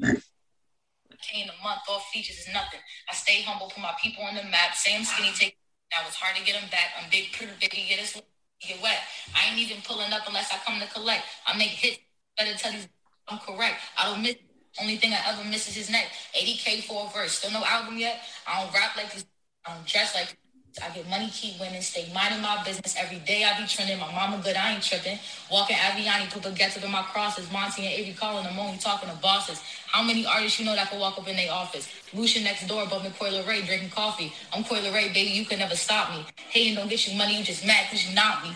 F: in a month, all features is nothing. I stay humble, put my people on the map. Same skinny take. Now it's hard to get them back. I'm big, pretty, baby, get us get wet. I ain't even pulling up unless I come to collect. I make hits. Better tell these I'm correct. I don't miss. Only thing I ever miss is his neck. 80k for a verse. Still no album yet. I don't rap like this. I don't dress like. this. I get money, keep winning, stay minding my business. Every day I be trending. My mama good, I ain't tripping. Walking Aviani, put Baguette in my crosses. Monty and Avery calling, I'm only talking to bosses. How many artists you know that could walk up in their office? Lucian next door above me, Coil Ray, drinking coffee. I'm Coil Ray, baby, you can never stop me. Hey, and don't get you money, you just mad because you not me.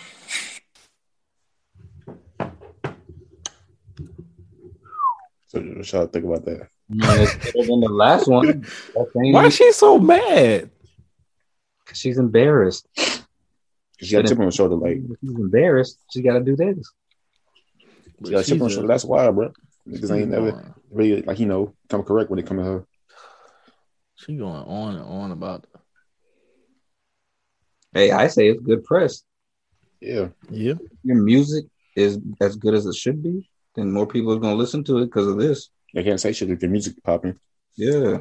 D: so what y'all think about that?
B: Man, it's better than the last [LAUGHS] one. That same-
A: Why is she so mad?
B: She's embarrassed.
D: She got a chip on her shoulder, like
B: She's embarrassed. She got to do this.
D: she got a chip on her shoulder. That's why, bro. Niggas ain't never really like you know come correct when it come to her.
A: She going on and on about
B: Hey, I say it's good press.
D: Yeah,
A: yeah.
B: Your music is as good as it should be, then more people are gonna listen to it because of this.
D: they can't say shit if their music popping.
B: Yeah.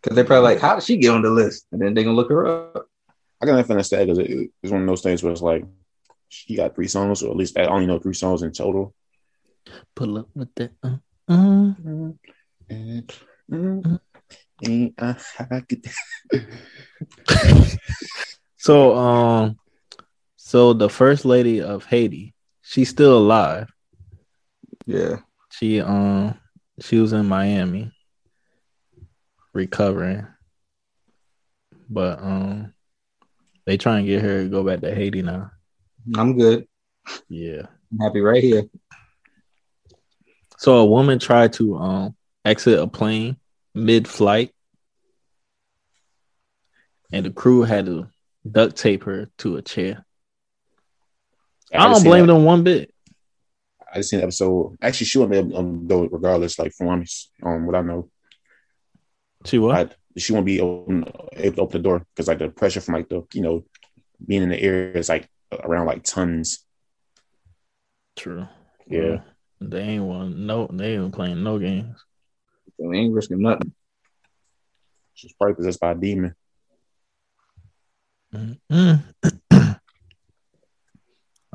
B: Because they're probably like, how did she get on the list? And then they're going to look her up.
D: I can understand that because it, it's one of those things where it's like she got three songs, or at least I only know three songs in total.
A: Pull up with that. Uh, uh.
D: And, mm, and I, [LAUGHS] I get that.
A: So um, so the first lady of Haiti, she's still alive.
B: Yeah.
A: She um, she was in Miami, recovering. But um, they try and get her to go back to Haiti now.
B: I'm good.
A: Yeah.
B: I'm happy right here.
A: So a woman tried to um exit a plane mid-flight, and the crew had to duct tape her to a chair. I
D: just
A: don't
D: seen
A: blame
D: that-
A: them one bit.
D: I just seen the episode. Actually, she wouldn't be um, though, regardless. Like from um, what I know,
A: She what?
D: I- she won't be open, able to open the door because like the pressure from like the you know being in the area is like around like tons.
A: True.
D: Yeah.
A: They ain't won no they ain't playing no games.
B: We ain't risking nothing.
D: It's probably possessed by a demon.
A: Mhm. [CLEARS THROAT]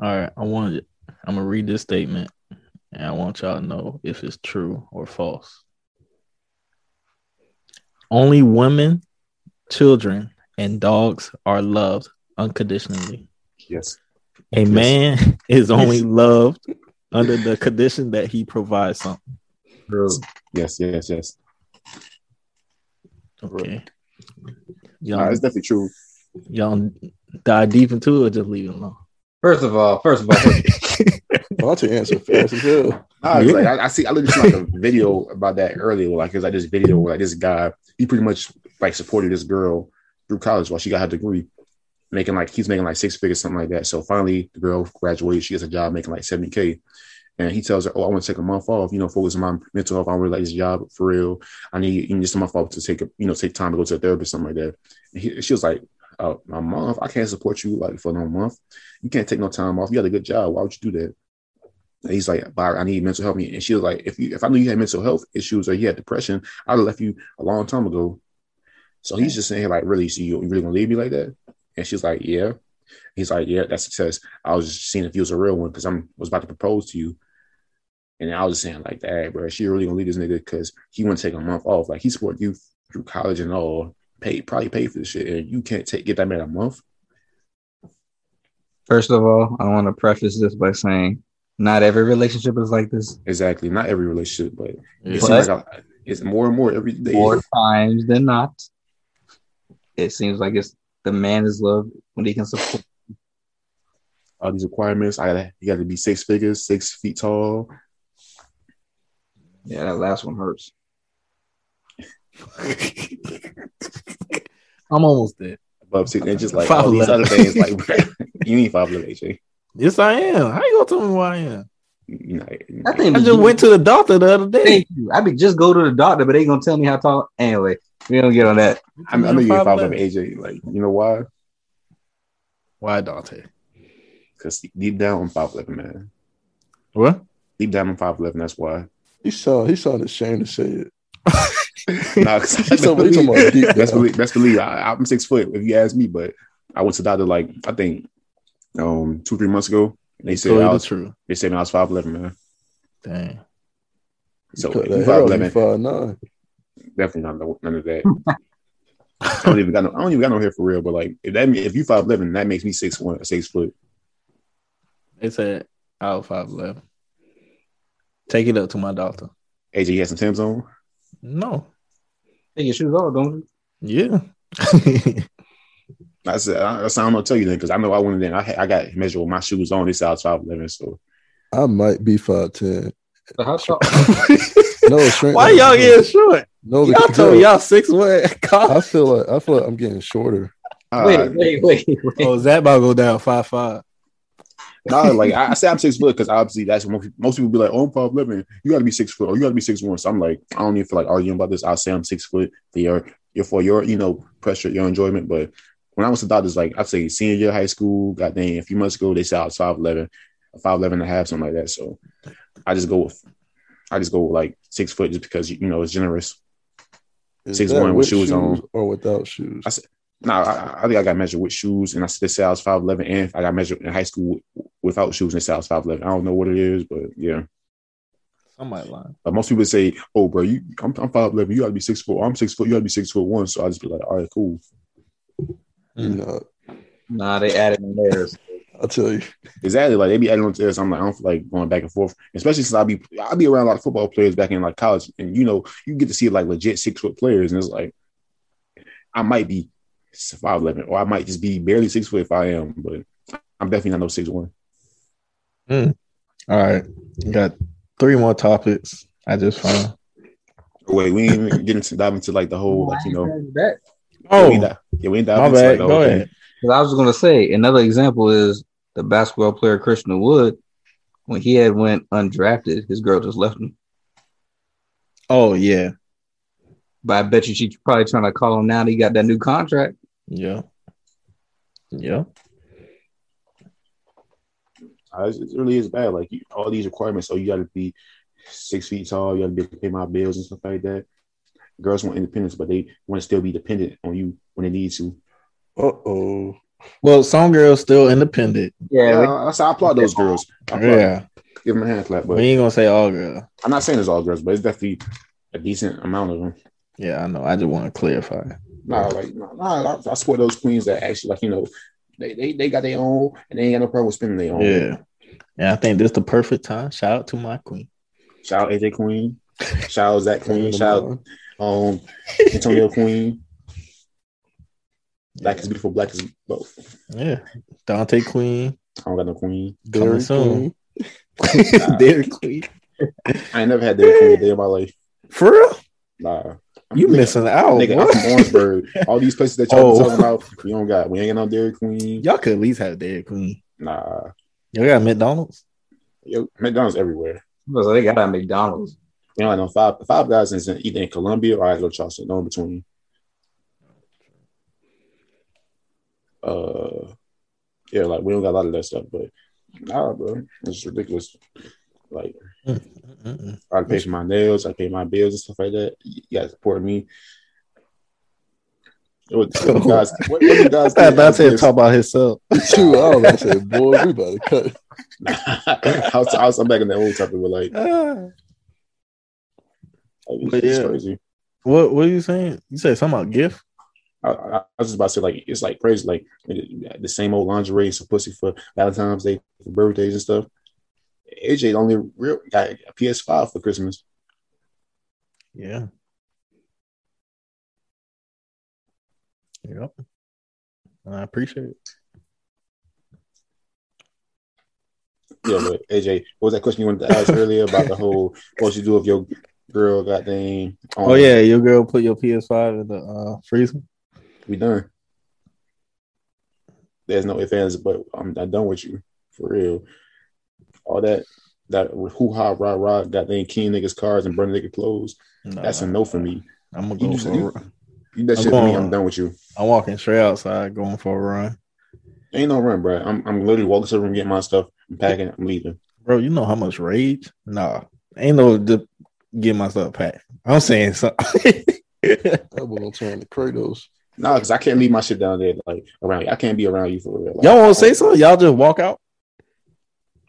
A: All right, I want it. I'm gonna read this statement, and I want y'all to know if it's true or false. Only women, children, and dogs are loved unconditionally.
D: Yes.
A: A
D: Yes.
A: man [LAUGHS] is only loved under the condition that he provides something.
B: Bro,
D: Yes, yes, yes.
A: Okay.
D: Nah,
A: Y'all,
D: it's definitely true.
A: y'all dive deep into it or just leave it alone.
B: First of all, first [LAUGHS] of all,
C: I'll take answer fast as hell.
D: Nah, it's
A: Yeah.
D: like, I, I see. I looked at like a video about that earlier. Like it's like this video where like this guy he pretty much like supported this girl through college while she got her degree, making like he's making like six figures something like that. So finally, the girl graduates. She gets a job making like seventy k, and he tells her, "Oh, I want to take a month off. You know, focus on my mental health. I don't really like this job for real. I need you know, just a month off to take a, you know take time to go to a therapist something like that." And he, she was like. Uh, a month. I can't support you like for no month. You can't take no time off. You got a good job. Why would you do that? And he's like, "Byron, I need mental health. And she was like, if you if I knew you had mental health issues or you had depression, I'd have left you a long time ago. So he's just saying, here, like, really, so you, you really gonna leave me like that? And she's like, yeah. He's like, yeah, that's success. I was just seeing if you was a real one because I'm was about to propose to you. And I was just saying like, that, bro, she really gonna leave this nigga because he wouldn't take a month off. Like he supported you through college and all, paid probably paid for this shit, and you can't take get that man a month.
B: first of all, I want to preface this by saying not every relationship is like this.
D: Exactly. Not every relationship, but it
A: But-
D: seems like I, it's more and more every day.
B: More times than not, it seems like it's the man is loved when he can support.
D: all these requirements. I gotta, you got to be six figures, six feet tall.
B: Yeah, that last one hurts.
A: I'm almost there.
D: Above six inches, like
A: Five
D: all these
A: eleven.
D: other things, like [LAUGHS] you need five eleven, AJ.
A: Yes, I am. How you gonna tell me why I am?
D: You know,
B: I think
A: I just went to the doctor the other day.
B: Thank you. I mean, just go to the doctor, but they gonna tell me how tall. Anyway, we don't get on that.
D: I, mean, I know you're five eleven, AJ. Like you know why?
A: Why Dante?
D: Because deep down I'm five eleven, man.
A: What?
D: Deep down I'm five eleven. That's why.
C: He saw he sounded ashamed to say it.
D: Nah, 'cause
C: He's
D: best
C: so- he's so
D: believe,
A: [LAUGHS]
C: much deep
D: best
C: down.
D: believe, best believe I, I'm six foot. If you ask me, but I went to the doctor like I think um two three months ago. And they said
A: Tell you
D: I
A: the
D: was,
A: truth.
D: they said I was five eleven, man.
A: Dang.
D: So
C: Cut
D: you
C: that hair off, you
D: 5'11"
C: 5'9".
D: definitely not no- none of that. I don't even got no. I don't even got no hair for real. But like, if that if you five eleven, that makes me six one, six foot.
A: They said I was five eleven. Take it up to my doctor.
D: AJ, you had some Tim's on.
A: No.
B: Take your shoes off, don't you?
A: [LAUGHS] Yeah.
D: I said, I, I said, I don't know. Tell you then, because I know I went in. there and I had- I got measured with my shoes on. This size five eleven. So
C: I might be five ten.
B: So how tall?
C: No,
A: [LAUGHS]
C: shrink.
A: Why y'all getting short?
C: No,
A: Y'all
C: because-
A: told y'all six [LAUGHS] what?
C: I feel like I feel like I'm getting shorter.
D: uh,
B: wait, wait, wait, wait.
A: Oh, Zach about to go down five five.
D: nah, like I, I say, I'm six foot because obviously that's what most, most people be like. Oh, I'm five eleven. You got to be six foot, or you got to be six one. So I'm like, I don't even feel like arguing about this. I will say I'm six foot for your, your for your, you know, pressure, your enjoyment. But when I was a doctor's, like I say, senior year of high school, goddamn, a few months ago, they said I was five eleven, five eleven and a half, something like that. So I just go with, I just go with like six foot just because you know it's generous.
C: Is
D: 6'1"
C: that
D: with shoes on.
C: or without shoes?
D: I s- Nah, I, I think I got measured with shoes, and I said they said I was five eleven, and I got measured in high school w- without shoes, and they said I was five eleven. I don't know what it is, but yeah.
A: Somebody lying.
D: Like most people say, "Oh, bro, you, I'm, I'm five eleven. You gotta be six foot. I'm six foot. You gotta be six foot one." So I just be like, "All right, cool."
C: You know,
B: Nah, they added in theirs.
C: I'll tell you.
D: Exactly. Like they be adding on to this. I'm like, I don't feel like going back and forth, especially since I be I be around a lot of football players back in like college, and you know you get to see like legit six foot players, and it's like I might be five eleven, or I might just be barely six foot if I am, but I'm definitely not no six one.
A: All right. Got three more topics. I just found.
D: Wait, we ain't even get into dive into like the whole Oh, like you know.
B: that.
D: yeah, we ain't di- yeah, we ain't dive
A: my
D: into
A: bad.
D: like the
A: Go
D: whole
A: ahead.
D: thing.
B: Because I was gonna say another example is the basketball player Christian Wood. When he had went undrafted, his girl just left him.
A: Oh yeah.
B: But I bet you she's probably trying to call him now that he got that new contract.
A: Yeah. Yeah.
D: Uh, it's- It really is bad. Like you, all these requirements. Oh, you got to be six feet tall. You got to be able to pay my bills and stuff like that. Girls want independence, but they want to still be dependent on you when they need to.
C: Uh oh.
A: Well, some girls still independent.
D: Yeah,
B: Yeah,
D: I, I applaud those girls. I applaud,
A: Yeah,
D: give them a hand clap.
A: we
D: But
A: ain't gonna say all girls.
D: I'm not saying it's all girls, but it's definitely a decent amount of them.
A: Yeah, I know. I just want to clarify.
D: Nah, like nah, nah, I, I swear those queens that actually like you know they they, they got their own and they ain't got no problem spending their own.
A: Yeah, and I think this the perfect time. Shout out to my queen.
D: Shout out AJ Queen. Shout out Zach Queen. Shout out um, Antonio Queen. Black is beautiful. Black is both.
A: Yeah, Dante Queen [LAUGHS]
D: I don't got no queen.
A: coming
C: Dairy
A: soon.
C: Queen. [LAUGHS]
A: Dairy Queen
D: I ain't never had that queen a day in my life.
A: for real?
D: Nah. I'm
A: You
D: nigga,
A: missing out?
D: Nigga, I'm from
A: boy.
D: Orangeburg. All these places that y'all
A: Oh.
D: been talking about, we don't got. We ain't got no Dairy
A: [LAUGHS]
D: Queen.
A: Y'all could at least have Dairy Queen.
D: Nah.
A: Y'all got McDonald's.
D: Yo, McDonald's everywhere.
B: so they got at McDonald's.
D: You know, I know five five guys is in, either in Columbia or Isla Charleston, no in between. Uh, yeah, like we don't got a lot of that stuff, but nah, bro, it's ridiculous. Like
A: Mm-mm-mm.
D: I pay for my nails, I pay my bills and stuff like that. You guys support me. What, what
A: [LAUGHS]
D: you guys, what, what you guys
A: That-
D: think
A: That's
D: of
A: it.
D: this?
A: Talk about himself.
C: Two hours. I said, boy, we about to cut.
D: [LAUGHS] I was, I was, I'm back in that old topic, but like,
A: Ah.
D: like,
A: But
D: it's
A: yeah.
D: crazy.
A: What What are you saying? You said something about gift?
D: I, I I was just about to say like it's like crazy like the same old lingerie and some pussy for Valentine's Day for birthdays and stuff. AJ the only real got a PS5 for Christmas.
A: Yeah. Yep. I appreciate it.
D: Yeah, but AJ, what was that question you wanted to ask earlier about the whole what you do if your girl got thing?
A: Oh yeah, your girl put your PS5 in the uh, freezer.
D: we done. There's no ifs ands, but I'm not done with you for real. All that that hoo ha rah rah got thing keen niggas cars and burn nigga clothes.
A: Nah,
D: That's a no for me.
A: I'm gonna
D: You
A: go
D: just-
A: for.
D: you-
A: a run.
D: You that
A: Uh-huh. I'm
D: shit for me.
A: going-
D: I'm done with you.
A: I'm walking straight outside, going for a run.
D: Ain't no run, bro. I'm, I'm literally walking to the room, getting my stuff, I'm packing, I'm leaving.
A: Bro, you know how much rage? Nah, ain't no to get myself packed. I'm saying something.
C: That boy gonna turn to Kratos.
D: Nah, because I can't leave my shit down there, like around. I can't be around you for real.
A: [LAUGHS]
D: Like,
A: y'all won't say something. Y'all just walk out.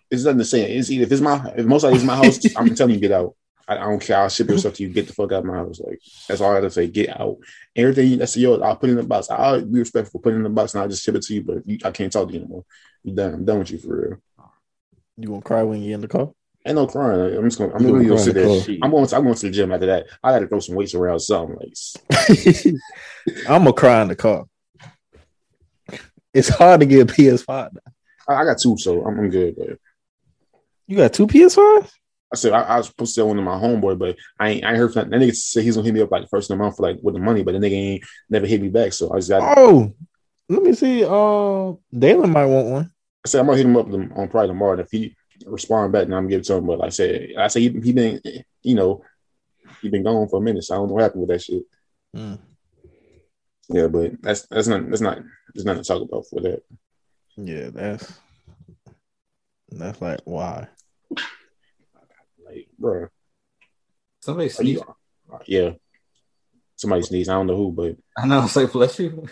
D: It's nothing to say. It's either if it's my if most likely it's my house, I'm telling you get out. I, I don't care. I'll ship your stuff to you. Get the fuck out of my house. Like that's all I gotta say. Get out. Everything that's yours, I'll put it in the box. I'll be respectful. Put it in the box, and I'll just ship it to you. But you, I can't talk to you anymore. You done. I'm done with you for real.
A: You gonna cry when you get in the car? [LAUGHS]
D: Ain't no crying. Like, I'm just gonna. I'm
C: Nigga
D: gonna go
C: crying
D: sit there.
C: in the [LAUGHS]
D: I'm going. To, I'm going to the gym after that. I gotta throw some weights around. Something like
A: I'm gonna cry in the car. It's hard to get a PS5. now.
D: I, I got two, so I'm, I'm good. But
A: You got two PS5s?
D: I said I, I was supposed to sell one to my homeboy, but I ain't I ain't heard from that. that nigga said he's gonna hit me up like the first of the month for like with the money, but the nigga ain't never hit me back. So I just got
A: Oh, let me see. Uh, Dalen might want one.
D: I said I'm gonna hit him up on on probably tomorrow. And if he respond back, then I'm gonna give it to him. But like I said, I said he, he been you know he been gone for a minute, so I don't know what happened with that shit.
A: Mm,
D: Yeah, but that's that's not that's not there's nothing to talk about for that.
A: yeah, that's that's like why.
D: Like, bro,
B: Somebody
D: are
B: sneeze.
D: you? Yeah, somebody sneezed. I don't know who, but
B: I know. I was like, bless you.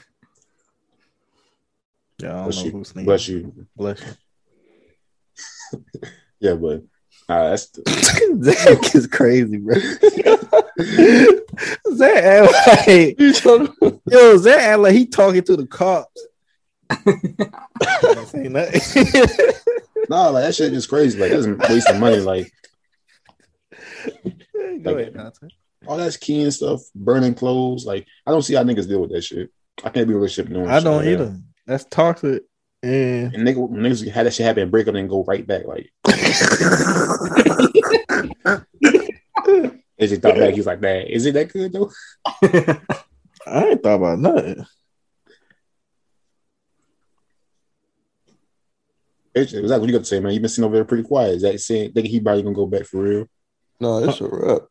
A: Yeah, I don't
D: Bless
A: know
D: you.
A: who's sneezing.
D: bless you.
A: Bless [LAUGHS] you.
D: Yeah, but uh, that's
A: Zach is crazy,
C: [LAUGHS]
A: bro. Zach act like yo, Zach act like he talking to the cops. Say nothing.
D: no, like that shit is crazy. Like that's wasting money. Like.
A: [LAUGHS] Go ahead, Dante.
D: all that's key and stuff, burning clothes. Like I don't see how niggas deal with that shit. I can't be in a relationship doing.
A: I
D: shit
A: don't
D: like that.
A: either. That's toxic. And
D: And nigga, niggas had that shit happen, break up, and go right back. Like they just thought back. He's like, man, is it that good though?
A: I ain't thought about [LAUGHS] nothing.
D: It's exactly what you got to say, man. You've been sitting over there pretty quiet. Is that saying think he probably gonna go back
C: [LAUGHS]
D: for real?
C: No, it's a wrap.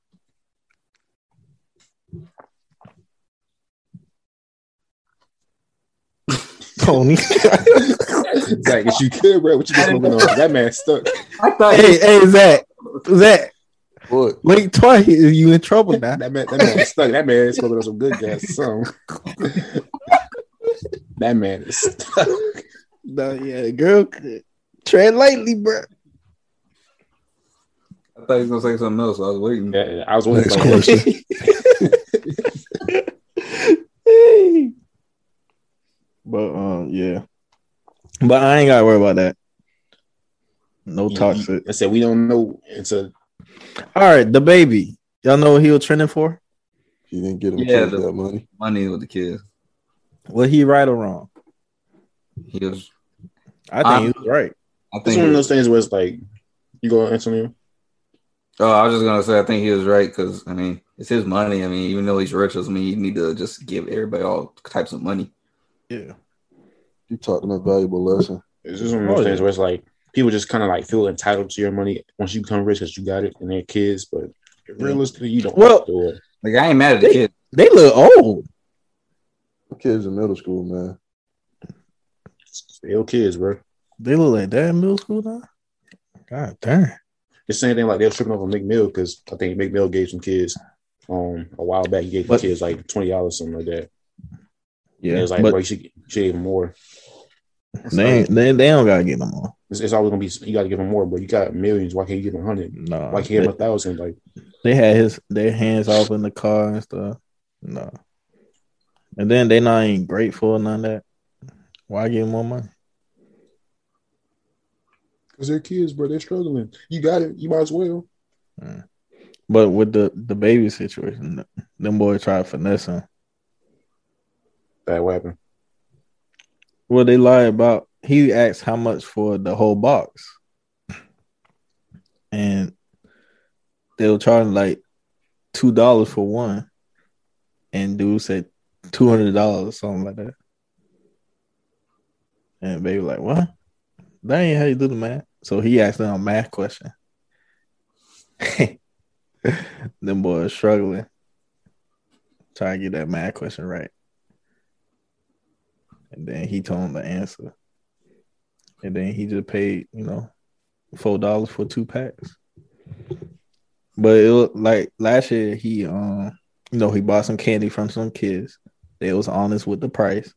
A: Pony.
D: Zach, if you could, bro, what you just moving on? That man stuck.
B: I thought
A: hey, hey, Zach. Zach,
C: What?
A: link twice. You in trouble [LAUGHS] now.
D: That man, that man is stuck. That man is smoking on some [LAUGHS] good gas. or something. that man is stuck.
A: No, yeah, girl. Tread lightly, bro.
B: I thought he was gonna say something else. I was waiting.
D: Yeah, I was wondering.
C: Next
D: like,
C: question.
A: [LAUGHS] but um, yeah. But I ain't gotta worry about that. No toxic.
D: I said we don't know. It's a
A: All right, the baby. Y'all know what he was trending for?
C: He didn't get him
B: Yeah,
C: kids
B: the-
C: that money.
B: Money with the kids.
A: Was he right or wrong?
B: He was.
A: I think
B: I'm-
A: he was right.
B: I
D: it's
B: think.
D: one
B: he
D: of
B: was-
D: those things where it's like you go Antonio.
B: oh, I was just gonna say I think he was right because I mean it's his money. I mean even though he's rich, doesn't mean you need to just give everybody all types of money.
A: Yeah.
C: You taught him a valuable lesson.
D: It's just one of those
A: Oh,
D: things
A: yeah.
D: where it's like people just kind of like feel entitled to your money once you become rich because you got it and they're kids, but realistically, you don't.
A: Well-
D: have to do it.
B: Like I ain't mad at the
A: They-
B: kid.
A: They look old.
C: The kids in middle school, man.
D: still kids, bro.
A: They look like that in middle school now. God damn.
D: The same thing like they're tripping over McMill because I think McMill gave some kids um a while back. He gave the
A: But-
D: kids like twenty dollars something like that. Yeah,
A: Yeah,
D: and it was like,
A: but
D: bro, you should, you should give them more.
A: they, ain't- they they don't gotta get no more.
D: It's, it's always gonna be you got to give them more, but you got millions. Why can't you give them hundred?
A: No,
D: Why can't you give them
A: they,
D: a thousand? Like
A: they had his their hands off in the car and stuff. No, and then they not even grateful and none of that. Why give more money?
D: because they're kids, bro. They're struggling. You got it. You might as well.
A: But with the the baby situation, them boys tried finessing.
D: That happened.
A: Well, they lie about. He asked how much for the whole box, and they were charging like two dollars for one, and dude said two hundred dollars, something like that. And baby, like what? That ain't how you do the math. So he asked them a math question. [LAUGHS] them boys struggling, trying to get that math question right. And then he told him the answer. And then he just paid, you know, four dollars for two packs. But it was like last year he um you know he bought some candy from some kids. They was honest with the price.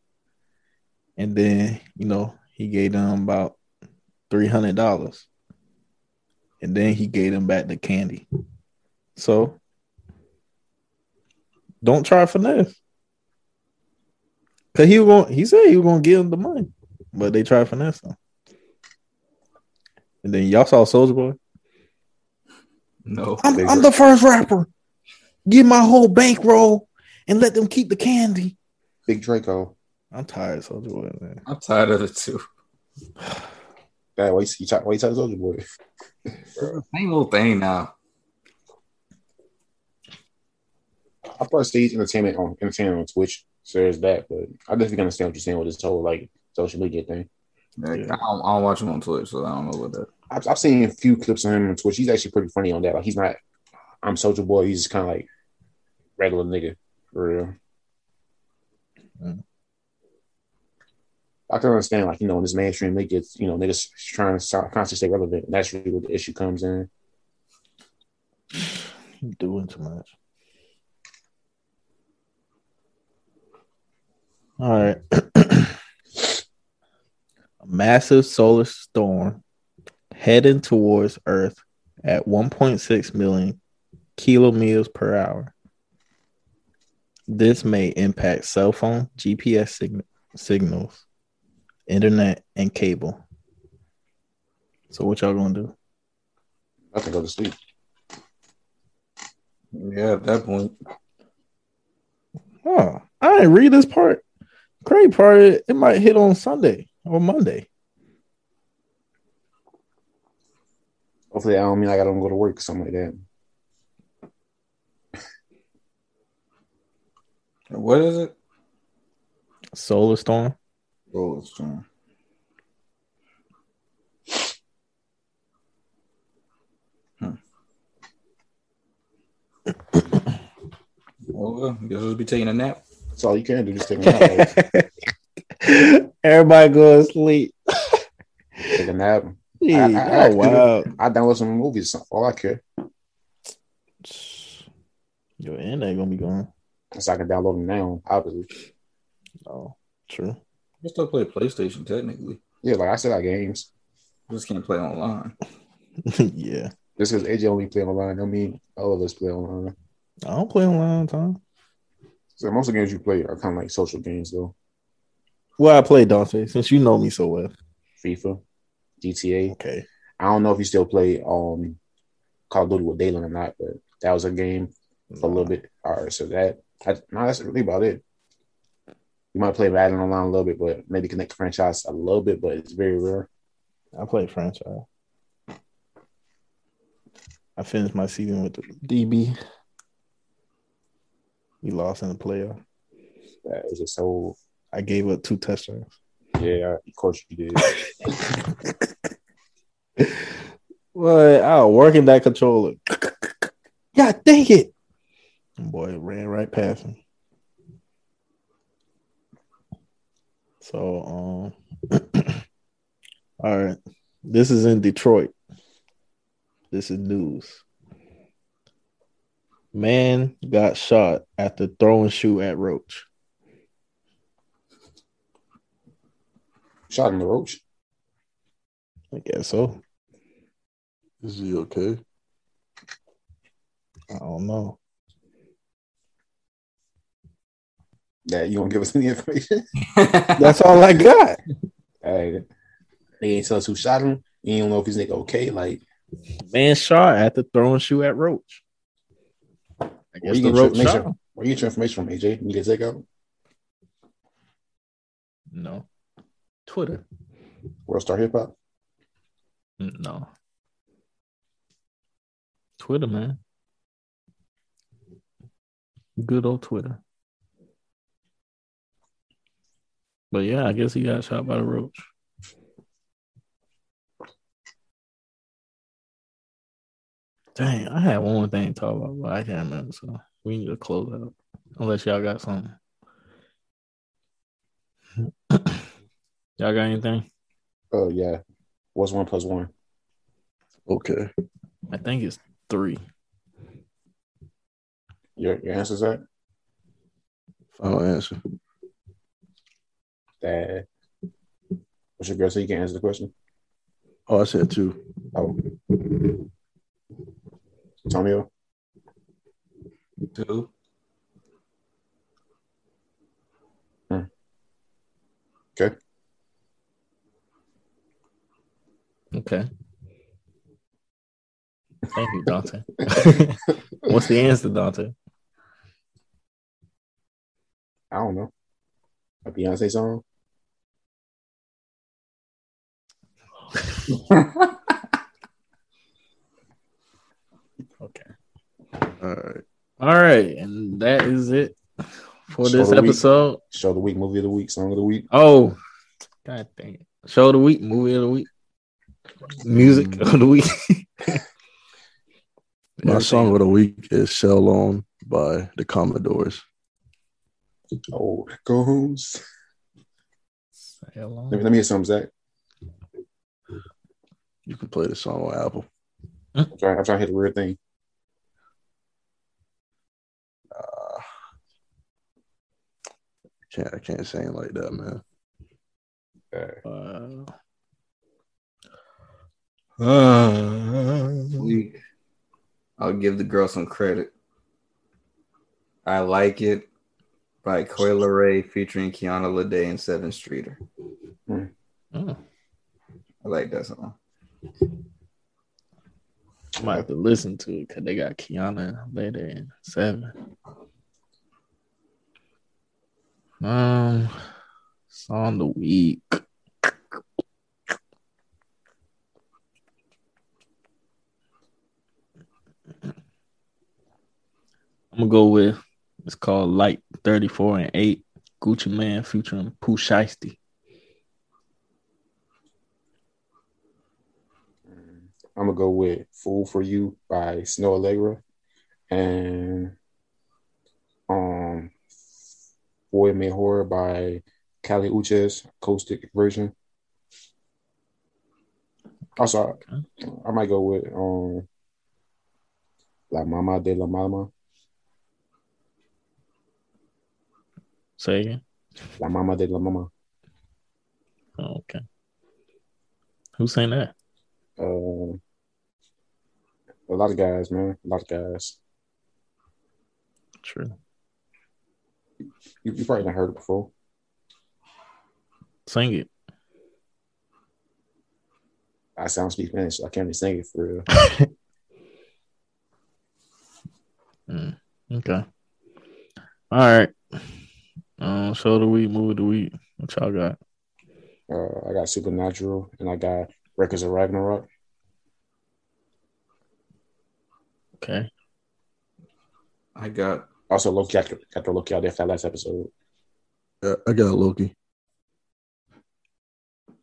A: And then, you know, he gave them about three hundred dollars. And then he gave them back the candy. So don't try finesse. Cause he was going he said he was gonna give him the money, but they tried finesse him. And then y'all saw Soldier Boy.
B: No.
A: I'm, I'm the first rapper. Give my whole bankroll and let them keep the candy.
D: Big Draco.
A: I'm tired, Soldier Boy, man.
B: I'm tired of it too.
D: That why you you talk why you talk to Soulja boy.
B: Same old thing now.
D: I probably say he's entertainment on entertainment on Twitch. So there's that, but I definitely understand what you're saying with this whole like social media thing.
B: Like,
A: Yeah.
B: I, don't, I don't watch him on Twitch, so I don't know what that.
D: I've, I've seen a few clips of him on Twitch. He's actually pretty funny on that. Like he's not, I'm social boy. He's just kind of like regular nigga for real.
A: Mm.
D: I can understand like you know in this mainstream they get you know niggas trying to stop, constantly stay relevant. And that's really where the issue comes in.
A: You doing too much. All right. [CLEARS THROAT] A massive solar storm heading towards Earth at 1.6 million kilometers per hour. This may impact cell phone, GPS sign- signals, internet, and cable. So, what y'all gonna do?
D: I can go to sleep.
B: Yeah, at that point,
A: Oh, I didn't read this part. Craig part it, it might hit on Sunday or Monday.
D: Hopefully, I don't mean like I don't go to work or something like that.
B: what is it?
A: Solar [LAUGHS] storm.
B: Roller storm. Hmm. Well, uh, guess I'll be taking a nap.
D: That's all you can do. Just take me out.
A: hey, Everybody go to sleep.
D: Take a nap.
A: Jeez,
D: I- I-
A: oh, wow.
D: I download some movies. That's All I care.
A: Your internet gonna be gone.
D: So I can download them now, obviously.
A: Oh, true.
B: You still play PlayStation technically.
D: Yeah, like I said, I games.
B: You just can't play online.
A: [LAUGHS] yeah.
D: Just because AJ only play online, don't mean all of us play online.
A: I don't play online, Tom.
D: So most of the games you play are kind of like social games, though.
A: Well, I play Dante since you know me so well.
D: FIFA, GTA.
A: Okay.
D: I don't know if you still play um Call of Duty with Dalen or not, but that was a game for a little bit. All right, so that I, no, that's really about it. You might play Madden online a little bit, but maybe connect the franchise a little bit, but it's very rare.
A: I play franchise. I finished my season with the DB. We lost in the playoff.
D: That is just so
A: I gave up two touchdowns. [LAUGHS]
D: yeah. Of course you did.
A: Well, I was working that [LAUGHS] controller. Yeah, dang it. Boy, it ran right past me. So, um, [CLEARS THROAT] all right. This is in Detroit. This is news. Man got shot after throwing shoe at Roach.
D: Shot in the roach.
A: I guess so.
C: Is he okay?
A: I don't know.
D: That you gonna give us any information? [LAUGHS]
A: That's all I got.
D: Hey, they ain't tell us who shot him. You don't know if he's nigga okay. Like,
A: Man shot after throwing shoe at Roach. I
D: where
A: guess
D: you
A: the
D: get your
A: Roach shot.
D: information? Where you get your information from, AJ? You get takeout?
A: No. Twitter?
D: World Star Hip Hop?
A: No. Twitter, man. Good old Twitter. But yeah, I guess he got shot by the roach. Dang, I had one more thing to talk about, but I can't remember. So we need to close out. Unless y'all got something. [CLEARS THROAT] y'all got anything?
D: Oh yeah. What's one plus one?
C: Okay.
A: I think it's three.
D: Your your answer's that?
C: Final answer.
D: That what's your girl so you can answer the question?
C: Oh, I said two.
D: Oh. Antonio?
B: Two.
A: Okay. Thank you,
C: [LAUGHS]
A: Dante. What's the answer, Dante?
D: I don't know. A Beyonce song?
A: Okay.
C: All right.
A: All right, and that is it for
D: Show
A: this
D: the week.
A: episode.
D: Show of the week, movie of the week, song of the week.
A: Oh, god dang it! Show of the week, movie of the week, music of the week.
C: Mm. My song of the week is Shell On by the Commodores.
D: Oh, go home. Let me, let me hear some, Zach.
C: You can play the song on Apple.
D: I'm trying, I'm trying to hit the weird thing.
C: Uh, can't I can't sing like that, man.
D: Uh,
A: Uh,
B: week, I'll give the girl some credit. I like it by Coil Ray featuring Kiana Lede and Seven Streeter.
A: oh,
B: I like that song.
A: I might have to listen to it because they got Kiana later in seven. Um, song of the week. I'm gonna go with it's called Light 34 and 8 Gucci Man featuring Pooh Shiesty.
D: I'm gonna go with "Fool for You" by Snow Allegra, and um, "Boy Made Horror" by Cali Uchez acoustic version. Also, I, I might go with um, La Mama de la Mama,
A: Say again.
D: La Mama de la Mama.
A: Oh, okay. Who's saying that?
D: Uh, a lot of guys, man. A lot of guys.
A: True.
D: You, you probably not heard it before.
A: Sing it.
D: I sound speak Spanish. so I can't even sing it for real.
A: Mm, okay. All right. Um, show the week, move the week. What y'all got?
D: Uh, I got Supernatural and I got Records of Ragnarok.
A: Okay.
B: I got
D: Also, Loki, I got got to look out there for that last episode.
C: Uh, I got Loki.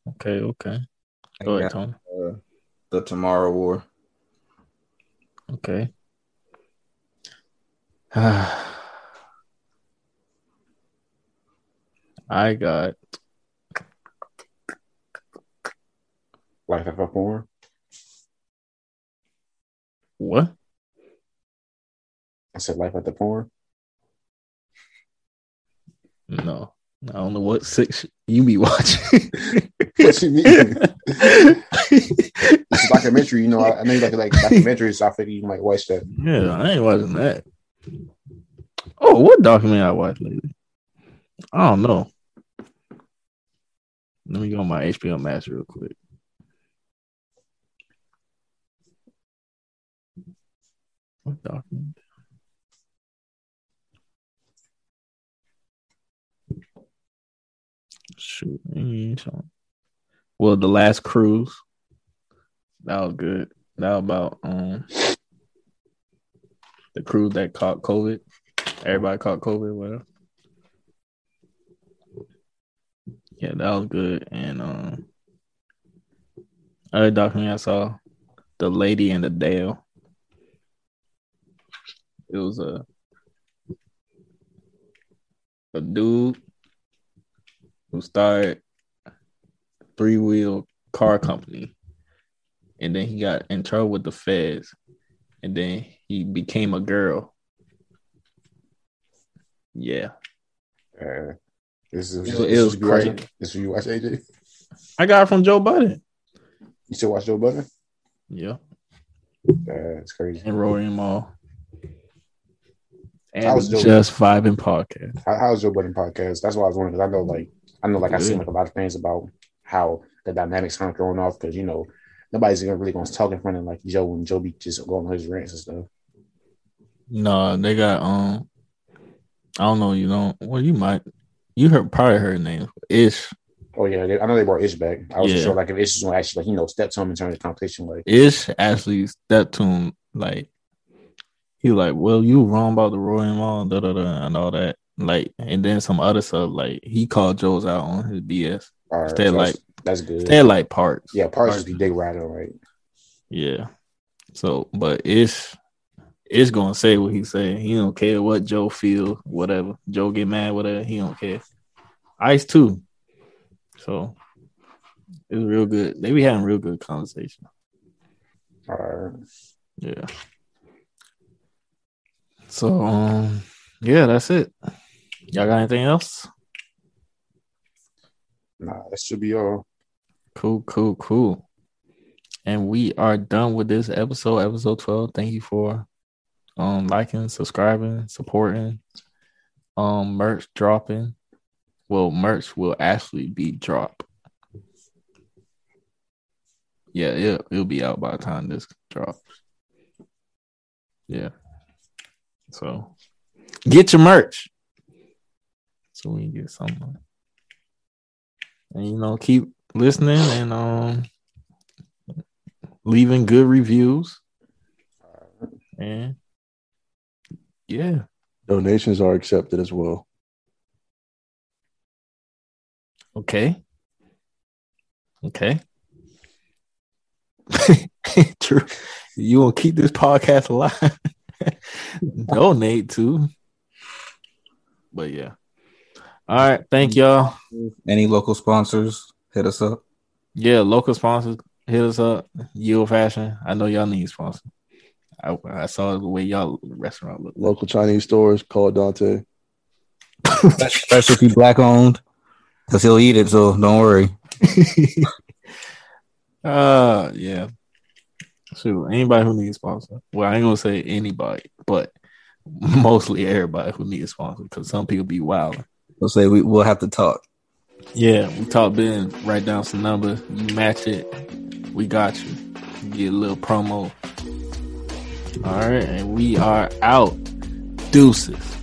A: Okay. Okay.
B: I
A: Go ahead,
B: got
A: Tony.
B: uh, the Tomorrow War.
A: Okay. [SIGHS] I got
D: Life After Porn.
A: what?
D: I said Life After Porn.
A: No. I don't know what six you be watching.
D: What you mean?
A: [LAUGHS]
D: It's a documentary, you know. I, I know you like [LAUGHS] like documentaries, so I figured you might watch that.
A: Yeah, I ain't watching that. Oh, what documentary I watched lately? I don't know. Let me go on my HBO Max real quick. What document? Shoot, it ain't showing. well, the last cruise. That was good. That was about um the crew that caught COVID. Everybody caught COVID, whatever. Yeah, that was good. And um other documentary I saw, The Lady and the Dale. It was a a dude who started three wheel car company. And then he got in trouble with the feds and then he became a girl. Yeah,
D: Uh, this is
A: It
D: this
A: was- it
D: is
A: was
D: you watching.
A: crazy.
D: This is you watch AJ.
A: I got it from Joe Budden.
D: You still watch Joe Budden?
A: Yeah,
D: Uh, it's crazy.
A: and Rory and Maul. And
D: I was doing-
A: just vibing podcast.
D: How, how's Joe Budden podcast? That's what I was wondering because I know like I know like I seen like a lot of things about how the dynamics aren't thrown off because you know nobody's even really going to talk in front of like Joe and Joe be just going on his rants and stuff.
A: No, they got um. I don't know. You don't. Well, you might. You heard probably heard name Ish.
D: Oh yeah, they, I know they brought Ish back. I wasn't
A: Yeah.
D: sure like if Ish was going to actually like you know step to him and turn the competition like
A: Ish actually stepped to him like he was like, well, you wrong about the Roy and Maul, da da da, and all that. Like, and then some other stuff. Like he called Joe's out on his BS.
D: all right,
A: Instead,
D: so that's,
A: like-
D: that's good.
A: They're like parts.
D: yeah, parts just be dick riding right.
A: Yeah. So, but Ish, Ish gonna say what he say. He don't care what Joe feel, whatever. Joe get mad, whatever. He don't care. Ice too. So it was real good. They be having real good conversation.
D: All right.
A: Yeah. So um, yeah, that's it. Y'all got anything else?
D: Nah, that should be all.
A: Cool, cool, cool. And we are done with this episode, episode 12. Thank you for um liking, subscribing, supporting, um merch dropping. Well, merch will actually be drop. Yeah, yeah, it'll be out by the time this drops. Yeah. So get your merch. So we can get something. And you know, keep listening and um leaving good reviews and yeah
C: Donations are accepted as well.
A: okay okay [LAUGHS] true you will keep this podcast alive [LAUGHS] donate to but yeah All right. Thank y'all.
B: Any local sponsors, hit us up.
A: Yeah, local sponsors, hit us up. Yield Fashion. I know y'all need sponsors. I, I saw the way y'all restaurant looked.
C: Local Chinese stores, call Dante.
B: Specialty black owned, because he'll eat it, so don't worry.
A: uh yeah. Shoot, anybody who needs sponsor. Well, I ain't gonna say anybody, but mostly everybody who needs sponsor because some people be wild.
B: We'll say we, we'll have to talk.
A: Yeah, we talk Ben, write down some numbers, you match it, we got you. You Get a little promo. All right, and we are out. Deuces.